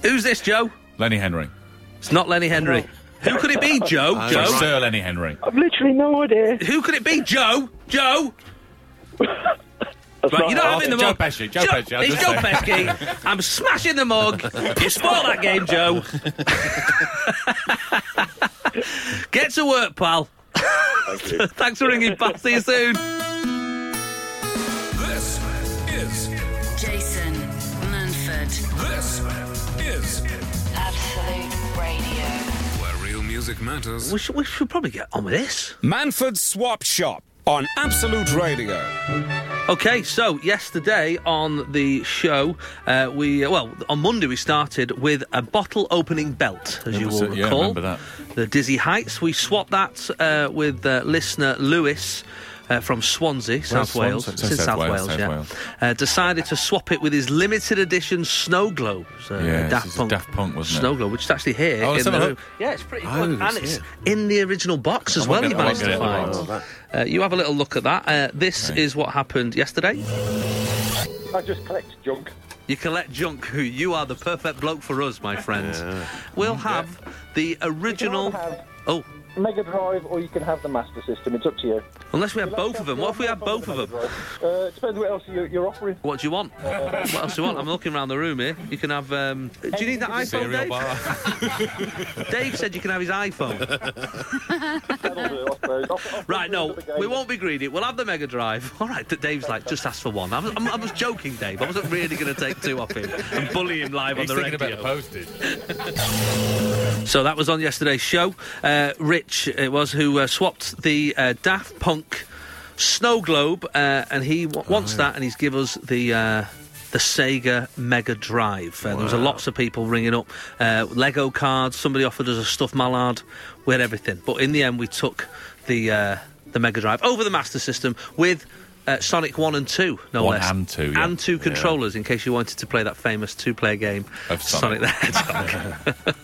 Speaker 3: Who's this, Joe?
Speaker 4: Lenny Henry.
Speaker 3: It's not Lenny Henry. Who could it be, Joe?
Speaker 4: Uh,
Speaker 3: Joe?
Speaker 4: Sir Lenny Henry.
Speaker 3: I've literally no idea. Who could it be, Joe? Joe? Right, you're not having the
Speaker 4: Joe
Speaker 3: mug.
Speaker 4: Pesci, Joe Pesci, I was
Speaker 3: It's Joe
Speaker 4: gonna say.
Speaker 3: Pesci. I'm smashing the mug. You spoiled that game, Joe. *laughs* Get to work, pal. *laughs* Thanks for ringing back. See you soon.
Speaker 2: This is
Speaker 1: Jason Manford.
Speaker 2: This is
Speaker 1: Absolute Radio.
Speaker 2: where real music matters.
Speaker 3: We should, we should probably get on with this.
Speaker 2: Manford Swap Shop on Absolute Radio.
Speaker 3: Okay, so yesterday on the show, uh, we uh, well on Monday we started with a bottle opening belt, as
Speaker 4: That
Speaker 3: you
Speaker 4: was
Speaker 3: will
Speaker 4: it, yeah, I
Speaker 3: recall.
Speaker 4: remember that.
Speaker 3: The Dizzy Heights. We swapped that uh, with uh, listener Lewis. Uh, from Swansea, South
Speaker 4: Swansea?
Speaker 3: Wales,
Speaker 4: It's
Speaker 3: It's in South, Wales,
Speaker 4: South
Speaker 3: yeah.
Speaker 4: Wales.
Speaker 3: Uh, decided to swap it with his limited edition snow globe. So, uh,
Speaker 4: Yeah, this
Speaker 3: Daft
Speaker 4: is
Speaker 3: Punk,
Speaker 4: Daft Punk, wasn't it?
Speaker 3: Snow globe, which is actually here.
Speaker 4: Oh,
Speaker 3: in
Speaker 4: let's
Speaker 3: the
Speaker 4: have a
Speaker 3: room.
Speaker 4: look.
Speaker 3: Yeah, it's pretty
Speaker 4: Oh,
Speaker 3: good,
Speaker 4: let's
Speaker 3: and it's
Speaker 4: see
Speaker 3: in the original box as
Speaker 4: I
Speaker 3: well.
Speaker 4: won't
Speaker 3: You
Speaker 4: get- I
Speaker 3: managed to
Speaker 4: won't
Speaker 3: find.
Speaker 4: get it.
Speaker 3: Uh, you have a little look at that. Uh, this is what happened yesterday.
Speaker 9: I just collect junk.
Speaker 3: You collect junk. Who you are the perfect bloke for us, my friend. We'll have the original. Oh,
Speaker 9: Mega Drive, or you can have the Master System. It's up to you.
Speaker 3: unless we have both of them. What if we have both of them?
Speaker 9: Uh, it depends what else you,
Speaker 3: *laughs*
Speaker 9: you're offering.
Speaker 3: What do you want? What else do you want? I'm looking around the room here. You can have. Um, do you need that iPhone,
Speaker 4: Cereal bar.
Speaker 3: Dave? *laughs* Dave said you can have his iPhone. *laughs* right, no, we won't be greedy. We'll have the Mega Drive. All right, Dave's like, just ask for one. I was, I'm- I was joking, Dave. I wasn't really going to take two off him and bully him live
Speaker 4: He's
Speaker 3: on the
Speaker 4: thinking
Speaker 3: radio.
Speaker 4: about the postage.
Speaker 3: So that was on yesterday's show. Uh, Rich, it was, who uh, swapped the uh, Daft Punk snow globe, uh, and he w- wants that, and he's give us the. Uh, the Sega Mega Drive. Uh, There was a lots of people ringing up. Uh, Lego cards. Somebody offered us a stuffed mallard. We had everything, but in the end, we took the uh, the Mega Drive over the Master System with uh, Sonic One and Two, no
Speaker 4: One
Speaker 3: less,
Speaker 4: and two, yeah.
Speaker 3: and two controllers. In case you wanted to play that famous two-player game
Speaker 4: Of
Speaker 3: Sonic
Speaker 4: Sonic.
Speaker 3: the
Speaker 4: *laughs*
Speaker 3: Hedgehog.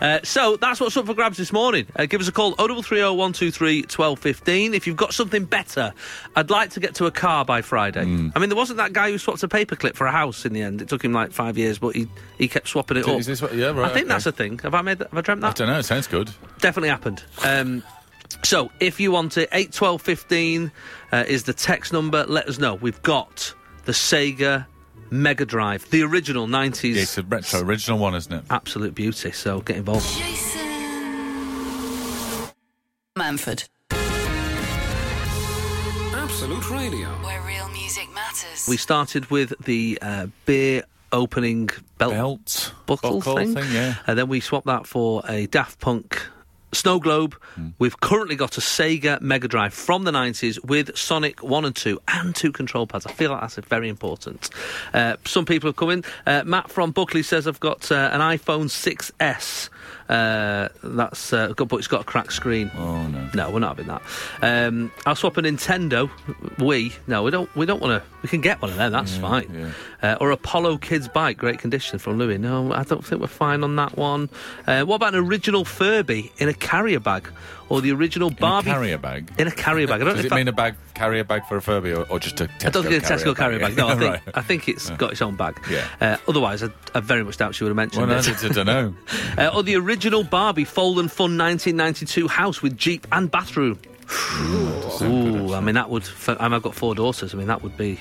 Speaker 3: Uh, so that's what's up for grabs this morning. Uh, give us a call, 0330 123 1215. If you've got something better, I'd like to get to a car by Friday.
Speaker 4: Hmm.
Speaker 3: I mean, there wasn't that guy who swapped a paperclip for a house in the end. It took him like five years, but he, he kept swapping it
Speaker 4: Is
Speaker 3: up.
Speaker 4: this what- yeah,
Speaker 3: I
Speaker 4: right,
Speaker 3: think
Speaker 4: okay.
Speaker 3: that's a thing. Have I made that, have I dreamt
Speaker 4: I
Speaker 3: that?
Speaker 4: don't know. It sounds good.
Speaker 3: Definitely happened. Um, so, if you want it, 8 12 15 uh, is the text number. Let us know. We've got the Sega Mega Drive, the original 90s.
Speaker 4: Yeah, it's a retro original one, isn't it?
Speaker 3: Absolute beauty, so get involved.
Speaker 1: Manford.
Speaker 2: Absolute Radio.
Speaker 1: Where real music matters.
Speaker 3: We started with the uh, beer opening belt, buckle,
Speaker 4: Buckle
Speaker 3: thing,
Speaker 4: thing, yeah.
Speaker 3: and then we swapped that for a Daft Punk snow globe.
Speaker 4: Hmm.
Speaker 3: We've currently got a Sega Mega Drive from the 90s with Sonic 1 and 2 and two control pads. I feel like that's very important. Uh, some people have come in. Uh, Matt from Buckley says, I've got uh, an iPhone 6S. Uh, that's uh, got, but it's got a cracked screen.
Speaker 4: Oh no!
Speaker 3: No, we're not having that. Um, I'll swap a Nintendo. We no, we don't. We don't want to. We can get one of them. That's fine. Uh, or Apollo Kids bike, great condition from Louis. No, I don't think we're fine on that one. Uh, what about an original Furby in a carrier bag, or the original Barbie
Speaker 4: carrier bag?
Speaker 3: In a carrier bag. I don't know
Speaker 4: Does
Speaker 3: if
Speaker 4: it
Speaker 3: that-
Speaker 4: mean a bag carrier bag for a Furby or, or just a Tesco
Speaker 3: I don't think it's a Tesco carrier bag. No,
Speaker 4: *laughs*
Speaker 3: I think,
Speaker 4: Right.
Speaker 3: I think it's got its own bag.
Speaker 4: Yeah.
Speaker 3: Uh, otherwise, I, I very much doubt she would have *laughs* mentioned
Speaker 4: Well,
Speaker 3: it.
Speaker 4: I don't know.
Speaker 3: uh, or the original Barbie Fold and Fun 1992 house with Jeep and bathroom. Ooh, I mean that would. For, I mean, I've got four daughters. I mean that would be.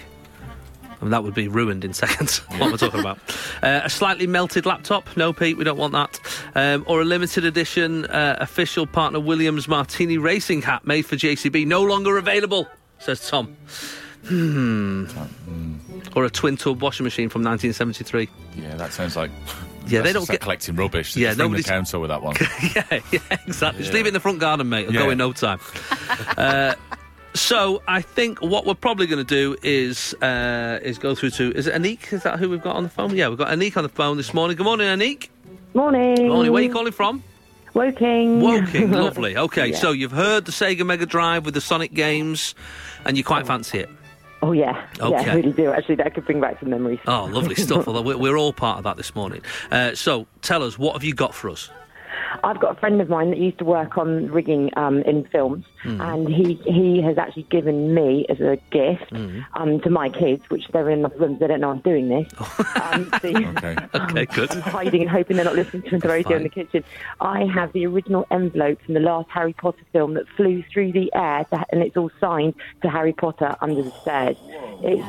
Speaker 3: I mean, that would be ruined in *laughs* seconds. what am I talking about? Uh, a slightly melted laptop. No, Pete, we don't want that. Um, or a limited edition uh, official partner Williams Martini racing hat made for JCB. No longer available, says Tom. Hmm. Or a twin tub washing machine from 1973.
Speaker 4: Yeah, that sounds like.
Speaker 3: *laughs* Yeah, they
Speaker 4: that's
Speaker 3: don't
Speaker 4: just
Speaker 3: get-
Speaker 4: like collecting rubbish.
Speaker 3: Yeah,
Speaker 4: Yeah, just ring the
Speaker 3: nobody's-
Speaker 4: council with
Speaker 3: *laughs*
Speaker 4: that one.
Speaker 3: yeah, yeah, exactly. Just leave it in the front garden, mate. It'll go
Speaker 4: Yeah.
Speaker 3: in no time. uh, so I think what we're probably going to do is uh, is go through to is it Anik? Is that who we've got on the phone? Yeah, we've got Anik on the phone this morning. Good morning, Anik.
Speaker 14: Morning.
Speaker 3: Morning. Where are you calling from?
Speaker 14: Woking. *laughs*
Speaker 3: Woking. Lovely. Okay,
Speaker 14: Yeah.
Speaker 3: so you've heard the Sega Mega Drive with the Sonic games, and you quite fancy it.
Speaker 14: Oh yeah.
Speaker 3: Okay.
Speaker 14: Yeah, I really do. Actually, that could bring back some memories.
Speaker 3: Oh, lovely stuff. Although we're, we're all part of that this morning. Uh, so tell us, what have you got for us?
Speaker 14: I've got a friend of mine that used to work on rigging um, in films,
Speaker 12: Hmm.
Speaker 14: and he, he has actually given me as a gift
Speaker 12: Mhm.
Speaker 14: um, to my kids, which they're in the rooms, they don't know I'm
Speaker 12: *laughs*
Speaker 14: doing this. um, the-
Speaker 12: Okay.
Speaker 3: Okay,
Speaker 14: *laughs*
Speaker 3: good.
Speaker 14: I'm hiding and hoping they're not listening to the radio in the kitchen. I have the original envelope from the last Harry Potter film that flew through the air, to, and it's all signed to Harry Potter under the stairs. It's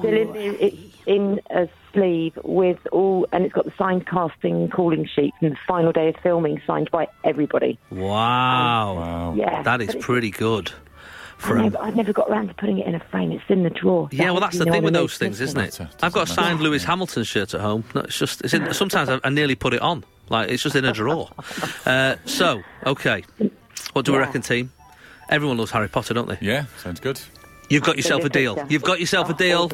Speaker 14: still in, the- it's in a sleeve with all, and it's got the signed casting calling sheet from the final day of filming, signed by everybody.
Speaker 3: Wow.
Speaker 14: Yeah.
Speaker 3: Oh, That is pretty good. For
Speaker 14: I
Speaker 3: a-
Speaker 14: know, but I've never got around to putting it in a frame. It's in the drawer.
Speaker 3: yeah, well,
Speaker 14: That
Speaker 3: that's
Speaker 14: you
Speaker 3: the
Speaker 14: know
Speaker 3: thing
Speaker 14: what
Speaker 3: with
Speaker 14: I mean?
Speaker 3: those things, isn't it? I've got a
Speaker 14: doesn't
Speaker 3: signed Lewis Hamilton shirt at home. No, it's just it's in, sometimes I, I nearly put it on. Like it's just in
Speaker 14: *laughs*
Speaker 3: a drawer. Uh, so, okay, what do we
Speaker 14: Yeah.
Speaker 3: reckon, team? Everyone loves Harry Potter, don't they?
Speaker 4: Yeah, sounds good.
Speaker 3: You've got yourself a
Speaker 14: Brilliant
Speaker 3: deal.
Speaker 14: picture.
Speaker 3: You've got yourself a deal.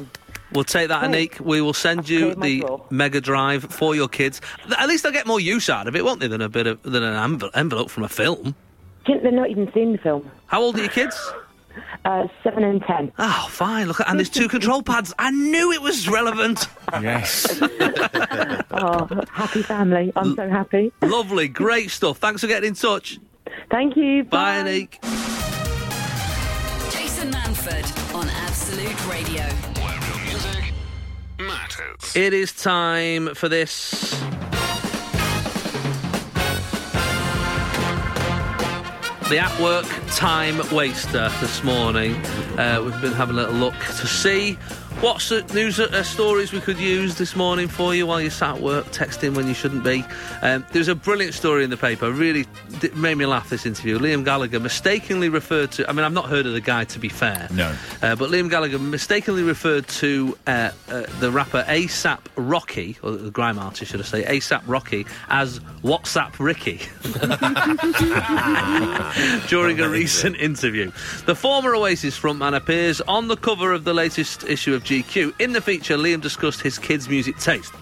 Speaker 3: We'll take that, Anik. We will send you
Speaker 14: cleared my
Speaker 3: the
Speaker 14: drawer.
Speaker 3: Mega Drive for your kids. Th- At least they'll get more use out of it, won't they, than a bit of than an envel- envelope from a film.
Speaker 14: They're not even seeing the film.
Speaker 3: How old are
Speaker 14: *sighs*
Speaker 3: your kids?
Speaker 14: Uh, seven and
Speaker 3: *laughs*
Speaker 14: ten.
Speaker 3: Oh, fine. Look, at- and there's two control pads. I knew it was relevant.
Speaker 4: Yes.
Speaker 14: Oh, happy family. I'm so happy.
Speaker 3: Lovely, great stuff. Thanks for getting in touch.
Speaker 14: Thank you.
Speaker 3: Bye, Nick.
Speaker 1: Jason Manford on Absolute Radio. Where real music matters.
Speaker 3: It is time for this. The at work time waster this morning. Uh, we've been having a little look to see what so- news uh, stories we could use this morning for you while you're sat at work texting when you shouldn't be. Um, there's a brilliant story in the paper, really d- made me laugh this interview. Liam Gallagher mistakenly referred to, I mean, I've not heard of the guy to be fair.
Speaker 4: No.
Speaker 3: Uh, but Liam Gallagher mistakenly referred to uh, uh, the rapper ASAP Rocky, or the grime artist, should I say, ASAP Rocky, as WhatsApp Ricky *laughs* during a recent interview. The former Oasis frontman appears on the cover of the latest issue of GQ. In the feature, Liam discussed his kids' music taste.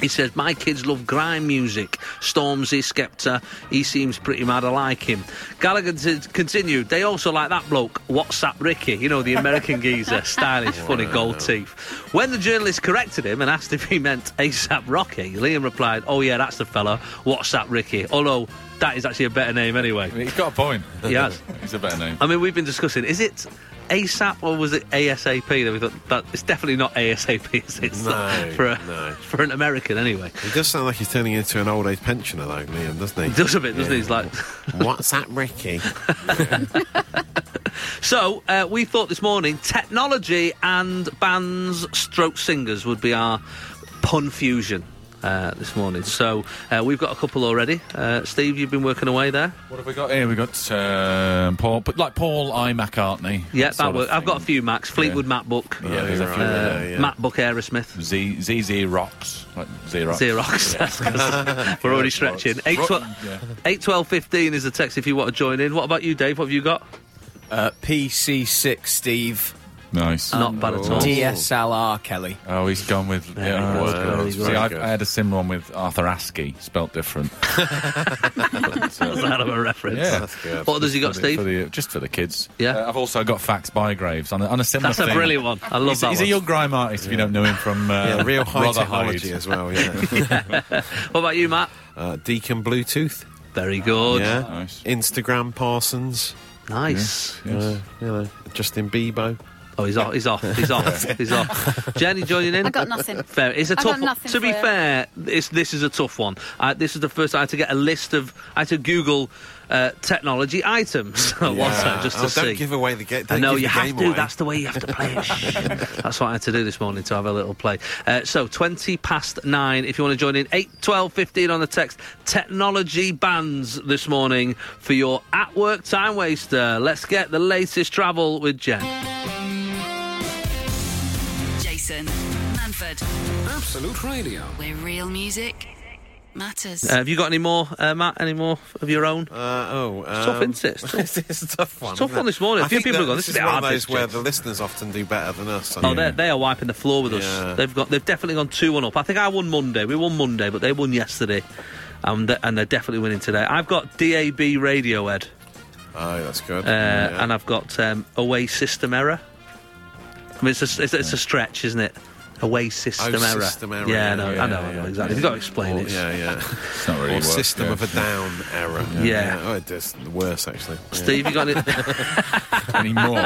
Speaker 3: He says, My kids love grime music. Stormzy, Skepta, he seems pretty mad. I like him. Gallagher t- continued, They also like that bloke, WhatsApp Ricky, you know, the American geezer, stylish, funny, gold teeth. When the journalist corrected him and asked if he meant ASAP Rocky, Liam replied, Oh, yeah, that's the fella, WhatsApp Ricky. Although, that is actually a better name anyway.
Speaker 4: He's got a point.
Speaker 3: He has.
Speaker 4: It's a better name.
Speaker 3: I mean, we've been discussing is it ASAP or was it ASAP? That we thought that it's definitely not ASAP. *laughs* Is it? It's
Speaker 5: No,
Speaker 3: for a, for an American anyway.
Speaker 5: He does sound like he's turning into an old age pensioner, though, Liam, doesn't he?
Speaker 3: He does a bit, doesn't he? He's like,
Speaker 5: *laughs* what's that, Ricky?
Speaker 3: So uh, we thought this morning technology and bands, stroke singers would be our pun fusion. Uh, this morning, so uh, we've got a couple already. Uh, Steve, you've been working away there.
Speaker 4: What have we got here? We've got um, Paul, but like Paul I. McCartney.
Speaker 3: Yeah,
Speaker 4: sort
Speaker 3: that
Speaker 4: of
Speaker 3: works. I've got a few Max Fleetwood
Speaker 4: Yeah.
Speaker 3: Mac Book. Uh,
Speaker 4: Yeah, there's a few there, yeah.
Speaker 3: Mac Book Aerosmith.
Speaker 4: Z Z rocks like Xerox.
Speaker 3: Xerox. *laughs* That's 'cause We're already stretching. 8,
Speaker 4: Ro-
Speaker 3: 12,
Speaker 4: yeah.
Speaker 3: 8 12 15 is the text if you want to join in. What about you, Dave? What have you got?
Speaker 15: Uh, PC6, Steve.
Speaker 4: Nice.
Speaker 3: Not bad
Speaker 2: Oh.
Speaker 3: at all.
Speaker 15: DSLR, Kelly.
Speaker 4: Oh, he's gone with.
Speaker 15: Very
Speaker 4: Yeah,
Speaker 15: good,
Speaker 4: oh,
Speaker 15: very
Speaker 4: See,
Speaker 15: good.
Speaker 4: I've, I had a similar one with Arthur Askey,
Speaker 3: *laughs*
Speaker 4: spelt different. But, uh,
Speaker 3: That's *laughs* out of a reference.
Speaker 4: Yeah.
Speaker 3: What others you got,
Speaker 4: For the-
Speaker 3: Steve?
Speaker 4: for the- just for the kids.
Speaker 3: Yeah.
Speaker 4: Uh, I've also got Facts by Graves on a, on a similar
Speaker 3: That's a
Speaker 4: thing.
Speaker 3: brilliant one. I love
Speaker 4: he's,
Speaker 3: that
Speaker 4: He's
Speaker 3: one.
Speaker 4: a young grime artist, if you don't know him from uh,
Speaker 3: *laughs*
Speaker 5: yeah, real high
Speaker 4: Rotherhide.
Speaker 5: technology as well, yeah.
Speaker 3: What about you, Matt?
Speaker 5: uh, Deacon Bluetooth.
Speaker 3: Very good.
Speaker 5: Yeah. Instagram Parsons.
Speaker 3: Nice.
Speaker 5: Yeah, Uh, you know, Justin Bieber.
Speaker 3: Oh, he's off. He's off. He's off. he's off. Jenny joining in.
Speaker 6: *laughs* I got nothing.
Speaker 3: Fair. It's a
Speaker 6: I got
Speaker 3: tough. one.
Speaker 6: nothing
Speaker 3: to be
Speaker 6: for you.
Speaker 3: fair, it's, this is a tough one. I, this is the first I had to get a list of. I had to Google uh, technology items *laughs* on
Speaker 5: Yeah.
Speaker 3: WhatsApp just to
Speaker 5: Oh,
Speaker 3: see.
Speaker 5: don't give away the ga-
Speaker 3: I
Speaker 5: don't
Speaker 3: know
Speaker 5: give
Speaker 3: you
Speaker 5: the
Speaker 3: have
Speaker 5: game
Speaker 3: to.
Speaker 5: away.
Speaker 3: That's the way you have to play it. Shh. *laughs* That's what I had to do this morning to have a little play. Uh, so twenty past nine. If you want to join in, 8, 12, 15 on the text. Technology bans this morning for your at-work time waster. Let's get the latest travel with Jen. Uh,
Speaker 1: Jason Manford. Absolute Radio. Where real music matters.
Speaker 3: Uh, have you got any more, uh, Matt? Any more of your own?
Speaker 5: Uh, oh,
Speaker 3: It's tough,
Speaker 5: um, *laughs*
Speaker 3: isn't it? It's tough.
Speaker 5: it's a tough one.
Speaker 3: It's tough
Speaker 5: isn't
Speaker 3: one
Speaker 5: it?
Speaker 3: this morning. A
Speaker 5: I
Speaker 3: few
Speaker 5: think that
Speaker 3: people have gone,
Speaker 5: This is
Speaker 3: "This is
Speaker 5: one of
Speaker 3: hard,
Speaker 5: those
Speaker 3: this
Speaker 5: where
Speaker 3: job."
Speaker 5: the listeners often do better than us.
Speaker 3: Oh, they're, they are wiping the floor with us.
Speaker 5: Yeah.
Speaker 3: They've got they've definitely gone two one up. I think I won Monday. We won Monday, but they won yesterday, um, th- and they're definitely winning today. I've got DAB Radio Ed,
Speaker 5: Oh, that's good.
Speaker 3: uh, and I've got um, Away System Error. I mean, it's a, it's, a- it's a stretch, isn't it? Away system
Speaker 5: oh,
Speaker 3: error.
Speaker 5: System error.
Speaker 3: Yeah, no, I know, I know exactly. You've got to explain
Speaker 5: or,
Speaker 3: it.
Speaker 5: Yeah,
Speaker 3: *laughs*
Speaker 5: yeah.
Speaker 4: It's not really
Speaker 5: or
Speaker 4: worth,
Speaker 5: system
Speaker 4: yeah.
Speaker 5: of a down error.
Speaker 3: Yeah.
Speaker 5: Oh, it's the worst actually. Yeah.
Speaker 3: Steve, you
Speaker 5: *laughs*
Speaker 3: got any?
Speaker 4: *laughs* any more?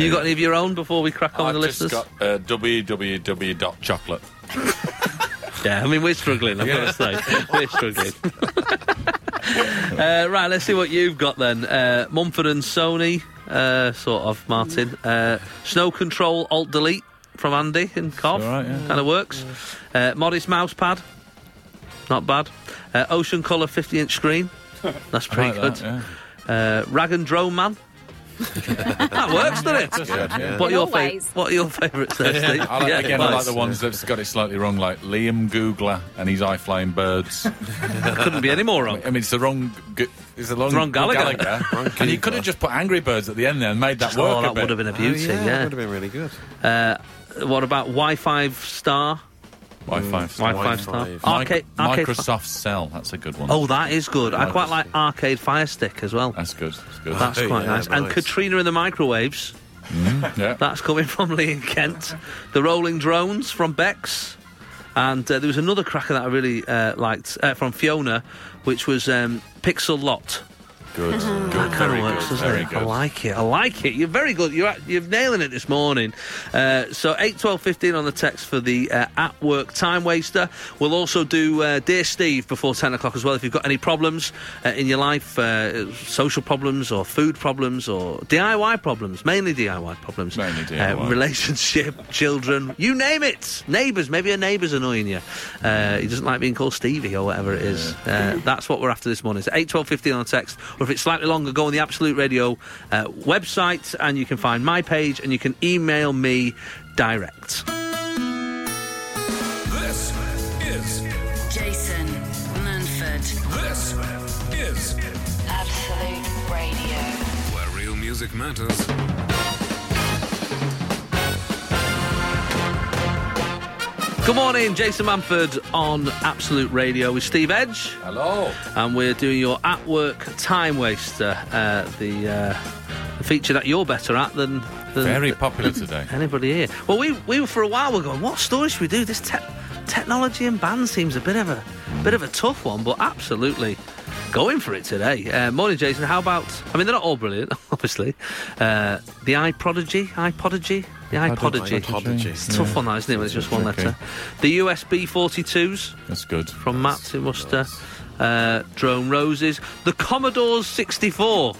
Speaker 3: you got any of your own before we crack on
Speaker 4: I've
Speaker 3: with the listeners?
Speaker 4: just got uh, www.chocolate.
Speaker 3: *laughs* Yeah, I mean we're struggling. I've
Speaker 4: Yeah.
Speaker 3: got to say we're
Speaker 4: *laughs*
Speaker 3: struggling. uh, right, let's see what you've got then. Uh, Mumford and Sony, uh, sort of Martin. Uh, snow control alt delete from Andy and Cov.
Speaker 4: all right, yeah.
Speaker 3: Kind of works. Uh, modest mouse pad, not bad. Uh, ocean colour 50 inch screen.
Speaker 4: *laughs*
Speaker 3: That's
Speaker 4: I
Speaker 3: pretty
Speaker 4: like
Speaker 3: good.
Speaker 4: that,
Speaker 3: uh, rag and drone man. *laughs* that works, doesn't it? *laughs*
Speaker 4: That's good, yeah.
Speaker 3: What are your
Speaker 6: Always.
Speaker 3: fa- What are your favourites? there, Steve?
Speaker 4: Uh, *laughs* Yeah, I like,
Speaker 3: Yeah,
Speaker 4: again, I like
Speaker 3: nice.
Speaker 4: the ones that's got it slightly wrong, like Liam Googler and his eye flying birds.
Speaker 3: Couldn't be any more wrong.
Speaker 4: I mean, it's the wrong. G- it's the wrong,
Speaker 3: It's *laughs* wrong Gallagher.
Speaker 5: Wrong
Speaker 4: and you
Speaker 5: Googler.
Speaker 4: could have just put Angry Birds at the end there and made that work.
Speaker 3: Oh,
Speaker 4: a
Speaker 3: that
Speaker 4: bit.
Speaker 3: would have been a
Speaker 5: Oh,
Speaker 3: beauty.
Speaker 5: yeah,
Speaker 3: yeah.
Speaker 5: That would have been really good.
Speaker 3: Uh, what about Wi-Fi star?
Speaker 4: Wi-Fi.
Speaker 3: Wi-Fi star.
Speaker 5: Wi-Fi.
Speaker 3: Mm. Arcade, arcade fi-
Speaker 4: Microsoft Cell. That's a good one.
Speaker 3: oh, that is good. I quite
Speaker 4: Microsoft.
Speaker 3: like Arcade Fire Stick as well.
Speaker 4: that's good. That's good.
Speaker 3: That's
Speaker 5: Oh,
Speaker 3: quite
Speaker 5: yeah,
Speaker 3: nice. And
Speaker 5: nice.
Speaker 3: Katrina and the Microwaves.
Speaker 4: *laughs* yeah.
Speaker 3: That's coming *laughs* from Lee and Kent. The Rolling Drones from Bex. And uh, there was another cracker that I really uh, liked uh, from Fiona, which was um, Pixel Lot.
Speaker 4: Good. good.
Speaker 3: That kind
Speaker 4: Very
Speaker 3: of works,
Speaker 4: good.
Speaker 3: doesn't
Speaker 4: Very
Speaker 3: it? I
Speaker 4: good.
Speaker 3: like it. I like it. You're very good. You're at, you're nailing it this morning. Uh, so eight, twelve, fifteen on the text for the uh, at work time waster. We'll also do uh, dear Steve before ten o'clock as well. If you've got any problems uh, in your life, uh, social problems or food problems or DIY problems, mainly DIY problems,
Speaker 4: Mainly
Speaker 3: Uh,
Speaker 4: DIY.
Speaker 3: relationship, children, you name it. Neighbours, maybe a neighbour's annoying you. Uh, he doesn't like being called Stevie or whatever it is. Uh, that's what we're after this morning. It's 8, 12, 15 on text, or if it's slightly longer, go on the Absolute Radio uh, website and you can find my page and you can email me direct.
Speaker 2: This is
Speaker 1: Jason Manford.
Speaker 2: this is
Speaker 1: Absolute Radio.
Speaker 2: where real music matters.
Speaker 3: Good morning, Jason Manford on Absolute Radio with Steve Edge.
Speaker 4: Hello.
Speaker 3: and we're doing your at work time waster, uh, the, uh, the feature that you're better at than, than
Speaker 4: Very popular today.
Speaker 3: anybody here. Well, we we were for a while we're going, what story should we do? This te- technology and ban seems a bit of a
Speaker 4: Hmm.
Speaker 3: bit of a tough one, but absolutely going for it today. Uh, morning, Jason. How about? I mean, they're not all brilliant, *laughs* obviously. Uh, the iProdigy, iPodigy, the iPodigy.
Speaker 5: iPodigy.
Speaker 3: It's a tough
Speaker 4: Yeah.
Speaker 3: one, that, isn't it? When it's just one
Speaker 4: Tricky.
Speaker 3: letter. The USB 42s
Speaker 4: That's good.
Speaker 3: from Matt in Worcester. Uh, Drone Roses. The Commodore's 64.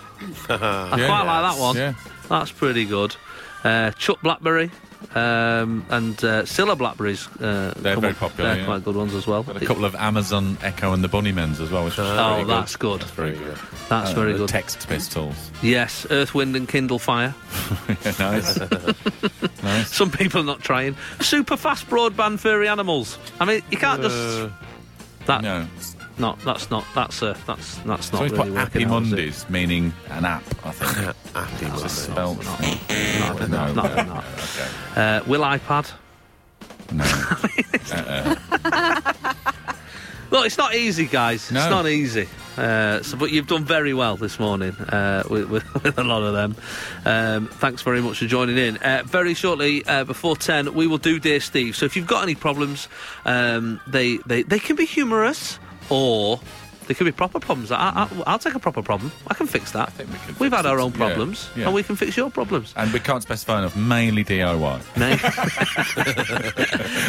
Speaker 3: I
Speaker 4: Yeah.
Speaker 3: quite like that one.
Speaker 4: Yeah.
Speaker 3: That's pretty good. Uh, Chuck Blackberry um, and uh, Scylla Blackberry's. Uh,
Speaker 4: They're
Speaker 3: come
Speaker 4: very
Speaker 3: up-
Speaker 4: popular,
Speaker 3: They're
Speaker 4: yeah.
Speaker 3: quite good ones as well.
Speaker 4: Got a couple of Amazon Echo and the Bunnymen's as well, which is
Speaker 3: Oh,
Speaker 4: very
Speaker 3: that's good.
Speaker 4: That's very good.
Speaker 3: That's
Speaker 4: Uh,
Speaker 3: very
Speaker 4: the
Speaker 3: good.
Speaker 4: Text Pistols. *laughs*
Speaker 3: Yes, Earth, Wind and Kindle Fire. *laughs*
Speaker 4: Yeah, nice. nice.
Speaker 3: Some people are not trying. Super fast broadband furry animals. I mean, you can't just. That,
Speaker 4: Uh, No.
Speaker 3: no, that's not. That's uh, that's that's not
Speaker 4: So we
Speaker 3: really
Speaker 4: put
Speaker 3: working
Speaker 4: Happy
Speaker 3: out, is it?
Speaker 4: Mondays, meaning an app,
Speaker 3: *laughs*
Speaker 4: I think.
Speaker 5: Happy
Speaker 4: It's
Speaker 5: Monday.
Speaker 4: just spelled.
Speaker 3: Not-
Speaker 4: No,
Speaker 3: not- not-
Speaker 4: no,
Speaker 3: not.
Speaker 4: Okay.
Speaker 3: Uh, will iPad? *laughs*
Speaker 4: No. Uh-uh.
Speaker 3: Look, it's not easy, guys. It's
Speaker 4: No.
Speaker 3: not easy. Uh, so, but you've done very well this morning uh, with, with, *laughs* with a lot of them. Um, thanks very much for joining in. Uh, very shortly uh, before ten, we will do Dear Steve. So if you've got any problems, um, they, they they can be humorous or they can be proper problems. I, I, I'll take a proper problem. I can fix that.
Speaker 4: think we can
Speaker 3: have
Speaker 4: fix
Speaker 3: had our
Speaker 4: it.
Speaker 3: own
Speaker 4: Yeah,
Speaker 3: problems,
Speaker 4: yeah.
Speaker 3: and we can fix your problems.
Speaker 4: And we can't specify enough, mainly DIY.
Speaker 3: No.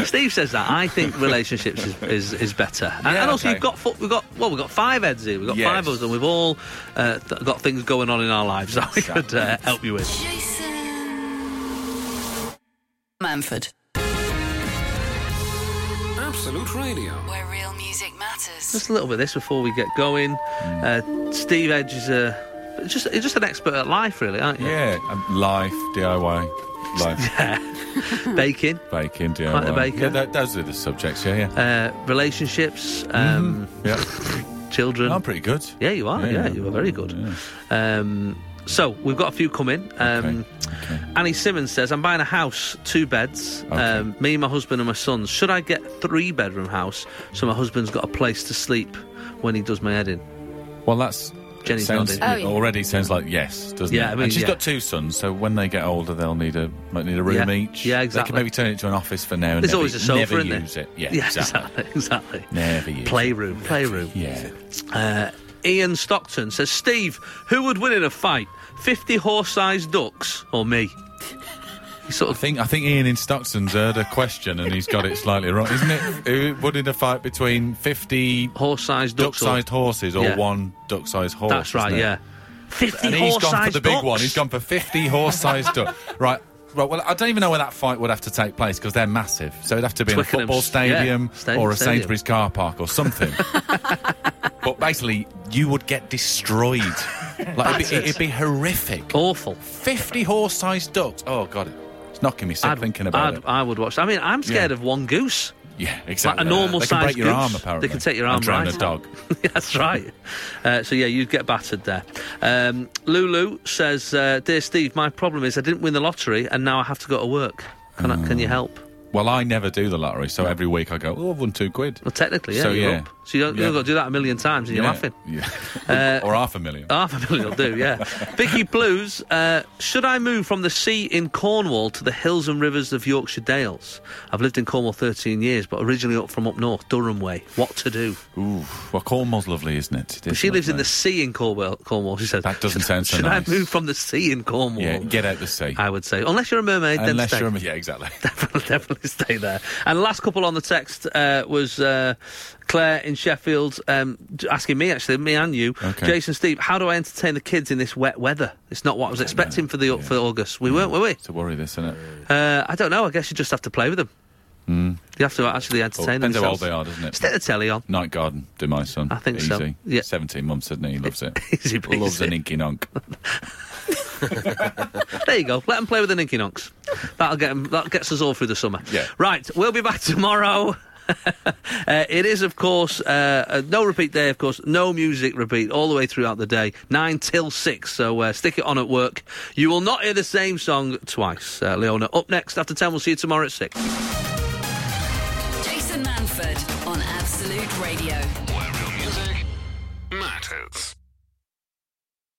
Speaker 3: Steve says that. I think relationships is, is, is better. And,
Speaker 4: Yeah,
Speaker 3: and also,
Speaker 4: okay.
Speaker 3: you've got four, we've got well, we've got five heads here. We've got
Speaker 4: Yes.
Speaker 3: five of us, and we've all uh, th- got things going on in our lives that we could uh, help you with.
Speaker 1: Jason Manford.
Speaker 2: Absolute Radio.
Speaker 1: Where real music matters.
Speaker 3: Just a little bit of this before we get going.
Speaker 4: Hmm.
Speaker 3: Uh, Steve Edge is a just you're just an expert at life, really, aren't you?
Speaker 4: Yeah, um, life, DIY,
Speaker 3: *laughs*
Speaker 4: life,
Speaker 3: Baking,
Speaker 4: baking, DIY.
Speaker 3: Quite the baker.
Speaker 4: Yeah, tho- those are the subjects, yeah, yeah.
Speaker 3: uh, relationships, um, *laughs*
Speaker 4: yeah.
Speaker 3: children.
Speaker 4: I'm pretty good.
Speaker 3: Yeah, you are. Yeah,
Speaker 4: Yeah.
Speaker 3: you are very good. Um, so we've got a few coming. Um,
Speaker 4: Okay.
Speaker 3: Annie Simmons says, "I'm buying a house, two beds.
Speaker 4: Okay.
Speaker 3: Um, me, my husband, and my son. Should I get three bedroom house so my husband's got a place to sleep when he does my head in?
Speaker 4: Well, that's
Speaker 3: Jenny's
Speaker 4: sounds,
Speaker 3: nodding.
Speaker 4: it already sounds like yes, doesn't
Speaker 3: Yeah,
Speaker 4: it?
Speaker 3: I mean,
Speaker 4: and she's
Speaker 3: yeah.
Speaker 4: got two sons, so when they get older, they'll need a might need a room
Speaker 3: Yeah.
Speaker 4: each.
Speaker 3: Yeah,
Speaker 4: They
Speaker 3: exactly.
Speaker 4: can maybe turn it into an office for now. And
Speaker 3: There's
Speaker 4: never,
Speaker 3: always a sofa,
Speaker 4: never
Speaker 3: isn't there?
Speaker 4: use it.
Speaker 3: *laughs*
Speaker 4: Yeah,
Speaker 3: Yeah,
Speaker 4: exactly,
Speaker 3: exactly.
Speaker 4: Never use
Speaker 3: Playroom, playroom.
Speaker 4: Yeah.
Speaker 3: Uh, Ian Stockton says, Steve, who would win in a fight? 50 horse-sized ducks or me? *laughs*
Speaker 4: I think I think Ian in Stockton's heard a question and he's got it slightly wrong, isn't it? Who would in a fight between fifty
Speaker 3: horse-sized
Speaker 4: duck
Speaker 3: ducks or-
Speaker 4: sized horses or
Speaker 3: Yeah.
Speaker 4: one duck sized horse?
Speaker 3: That's right,
Speaker 4: isn't it?
Speaker 3: yeah. 50
Speaker 4: and he's gone for
Speaker 3: horse-sized
Speaker 4: the big one.
Speaker 3: ducks.
Speaker 4: He's gone for fifty
Speaker 3: *laughs*
Speaker 4: horse-sized duck. Right. Right, well, I don't even know where that fight would have to take place because they're massive. So it'd have to be in a
Speaker 3: Twickenham's-
Speaker 4: football stadium
Speaker 3: yeah, sta-
Speaker 4: or a
Speaker 3: stadium.
Speaker 4: Sainsbury's car park
Speaker 3: *laughs*
Speaker 4: or something. but basically, you would
Speaker 3: *laughs*
Speaker 4: get destroyed. Like, it'd, be,
Speaker 3: Battered.
Speaker 4: it'd be horrific.
Speaker 3: Awful.
Speaker 4: 50 horse sized ducks. Oh, God. It's knocking me sick thinking about
Speaker 3: I'd,
Speaker 4: it.
Speaker 3: I would watch. I mean, I'm scared
Speaker 4: Yeah.
Speaker 3: of one goose.
Speaker 4: Yeah, exactly.
Speaker 3: Like a normal
Speaker 4: They can
Speaker 3: size
Speaker 4: break your
Speaker 3: goose.
Speaker 4: arm, apparently,
Speaker 3: They can take your
Speaker 4: and
Speaker 3: arm
Speaker 4: drown
Speaker 3: right.
Speaker 4: a dog.
Speaker 3: *laughs* That's right. Uh, so yeah, you'd get battered there. Um, Lulu says, uh, "Dear Steve, my problem is I didn't win the lottery and now I have to go to work. Can I, can
Speaker 4: Mm.
Speaker 3: you help?"
Speaker 4: Well, I never do the lottery, so every week I go, oh, I've won two quid.
Speaker 3: Well, technically, yeah,
Speaker 4: So,
Speaker 3: you're
Speaker 4: yeah.
Speaker 3: up. So you don't,
Speaker 4: Yeah.
Speaker 3: you've got to do that a million times and you're
Speaker 4: Yeah.
Speaker 3: laughing.
Speaker 4: Yeah.
Speaker 3: *laughs* Uh,
Speaker 4: or half a million.
Speaker 3: Half a million will do,
Speaker 4: *laughs*
Speaker 3: yeah. Vicky Blues, uh, should I move from the sea in Cornwall to the hills and rivers of Yorkshire Dales? I've lived in Cornwall 13 years, but originally up from up north, Durham way. What to do?
Speaker 4: Ooh, well, Cornwall's lovely, isn't it? It is
Speaker 3: she lives in
Speaker 4: lovely.
Speaker 3: the sea in Cornwall, Cornwall she says.
Speaker 4: That doesn't sound
Speaker 3: *laughs*
Speaker 4: so
Speaker 3: Should
Speaker 4: nice.
Speaker 3: I move from the sea in Cornwall?
Speaker 4: Yeah, get out the sea.
Speaker 3: I would say. Unless you're a mermaid, then
Speaker 4: Unless
Speaker 3: stay.
Speaker 4: you're a- Yeah, exactly.
Speaker 3: definitely, *laughs* definitely stay there. And last couple on the text uh, was uh, Claire in Sheffield um, d- asking me, actually, me and you,
Speaker 4: Okay.
Speaker 3: Jason, Steve, how do I entertain the kids in this wet weather? It's not what I was expecting for the for August. We weren't, were we?
Speaker 4: It's a worry, this, isn't it?
Speaker 3: Uh, I don't know. I guess you just have to play with them.
Speaker 4: Mm.
Speaker 3: You have to actually entertain
Speaker 4: Well,
Speaker 3: them.
Speaker 4: depends how old
Speaker 3: yourself.
Speaker 4: they are, doesn't it?
Speaker 3: Stick the telly on.
Speaker 4: Night Garden, do my son. I
Speaker 3: think
Speaker 4: Easy.
Speaker 3: so. Yeah.
Speaker 4: 17 months, isn't he? He loves it.
Speaker 3: *laughs* Easy peasy.
Speaker 4: Loves an inky nonk.
Speaker 3: *laughs* there you go. Let them play with the ninky nonks. That'll get 'em- that gets us all through the summer.
Speaker 4: Yeah.
Speaker 3: Right, we'll be back *laughs* tomorrow. uh, it is, of course, uh, uh, no repeat day. Of course, no music repeat all the way throughout the day, nine till six. So uh, stick it on at work. You will not hear the same song twice. Uh, Leona, up next after ten. We'll see you tomorrow at six.
Speaker 1: Jason Manford on Absolute Radio. Where real music matters.